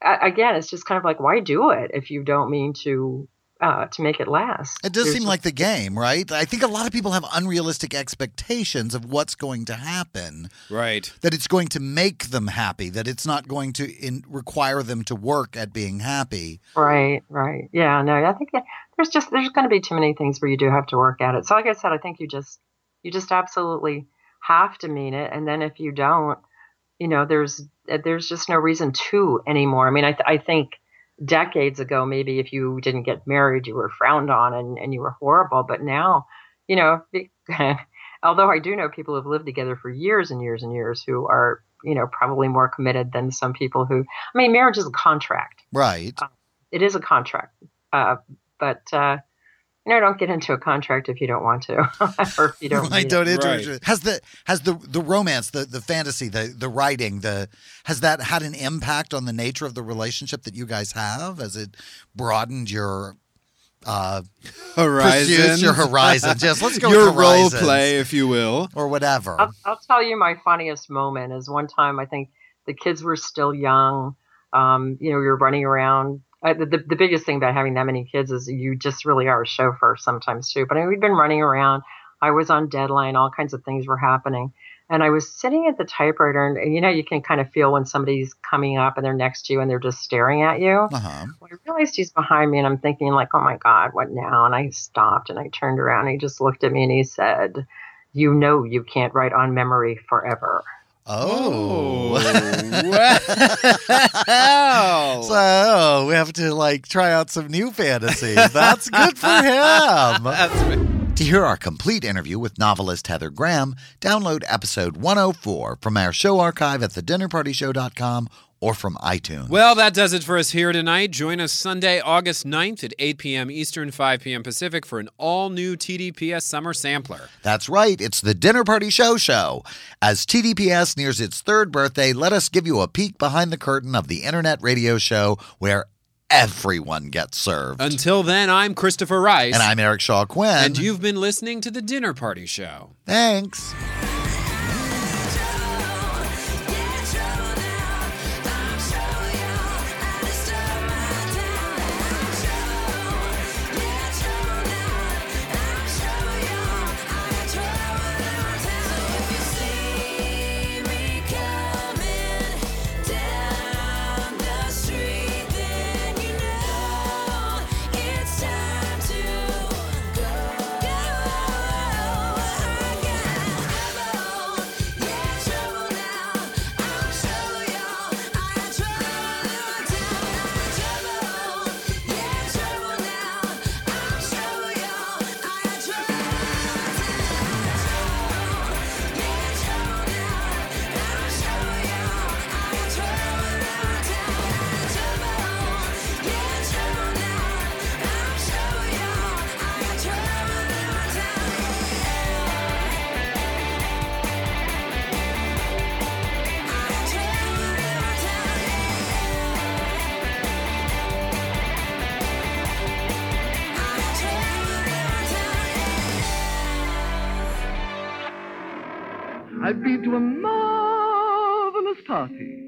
R: I again, it's just kind of like, why do it if you don't mean to uh, to make it last?
B: It does
R: There's
B: seem
R: just-
B: like the game, right? I think a lot of people have unrealistic expectations of what's going to happen,
A: Right.
B: that it's going to make them happy, that it's not going to in- require them to work at being happy.
R: right, right, yeah. No, I think that there's just there's going to be too many things where you do have to work at it. So, like I said, I think you just you just absolutely have to mean it, and then if you don't, you know, there's eh, there's just no reason to anymore. I mean, I th- I think decades ago maybe if you didn't get married you were frowned on and, and you were horrible but now you know [laughs] although i do know people who've lived together for years and years and years who are you know probably more committed than some people who i mean marriage is a contract
B: Right.
R: it is a contract uh, but uh, you know don't get into a contract if you don't want to [laughs] or if you don't
B: I
R: need
B: don't
R: it.
B: interrupt. you. Has the has the the romance, the the fantasy, the the writing, the has that had an impact on the nature of the relationship that you guys have? Has it broadened your uh,
A: Horizon.
B: pursuits,
A: [laughs]
B: your horizons. Yes, let's go. with
A: Your role
B: horizons.
A: play, if you will,
B: or whatever.
R: I'll, I'll tell you my funniest moment is one time I think the kids were still young. Um, you know, we were running around. Uh, the, the, the biggest thing about having that many kids is you just really are a chauffeur sometimes too. But I mean, we'd been running around. I was on deadline. All kinds of things were happening. And I was sitting at the typewriter, and, and you know, you can kind of feel when somebody's coming up and they're next to you and they're just staring at you.
B: Uh-huh.
R: Well, I realized he's behind me, and I'm thinking, like, oh my God, what now? And I stopped and I turned around and he just looked at me and he said, You know, you can't write on memory forever.
B: Oh.
A: wow.
B: So oh, we have to like try out some new fantasies. That's good
A: [laughs]
B: for him. To hear our complete interview with novelist Heather Graham, download episode 104 from our show archive at thedinnerpartyshow.com or from iTunes.
A: Well, that does it for us here tonight. Join us Sunday, August 9th at 8 p.m. Eastern, 5 p.m. Pacific for an all new TDPS summer sampler.
B: That's right, it's the Dinner Party Show Show. As TDPS nears its third birthday, let us give you a peek behind the curtain of the internet radio show where everyone gets served.
A: Until then, I'm Christopher Rice.
B: And I'm Eric Shaw Quinn.
A: And you've been listening to The Dinner Party Show.
B: Thanks.
D: I've been to a marvelous party.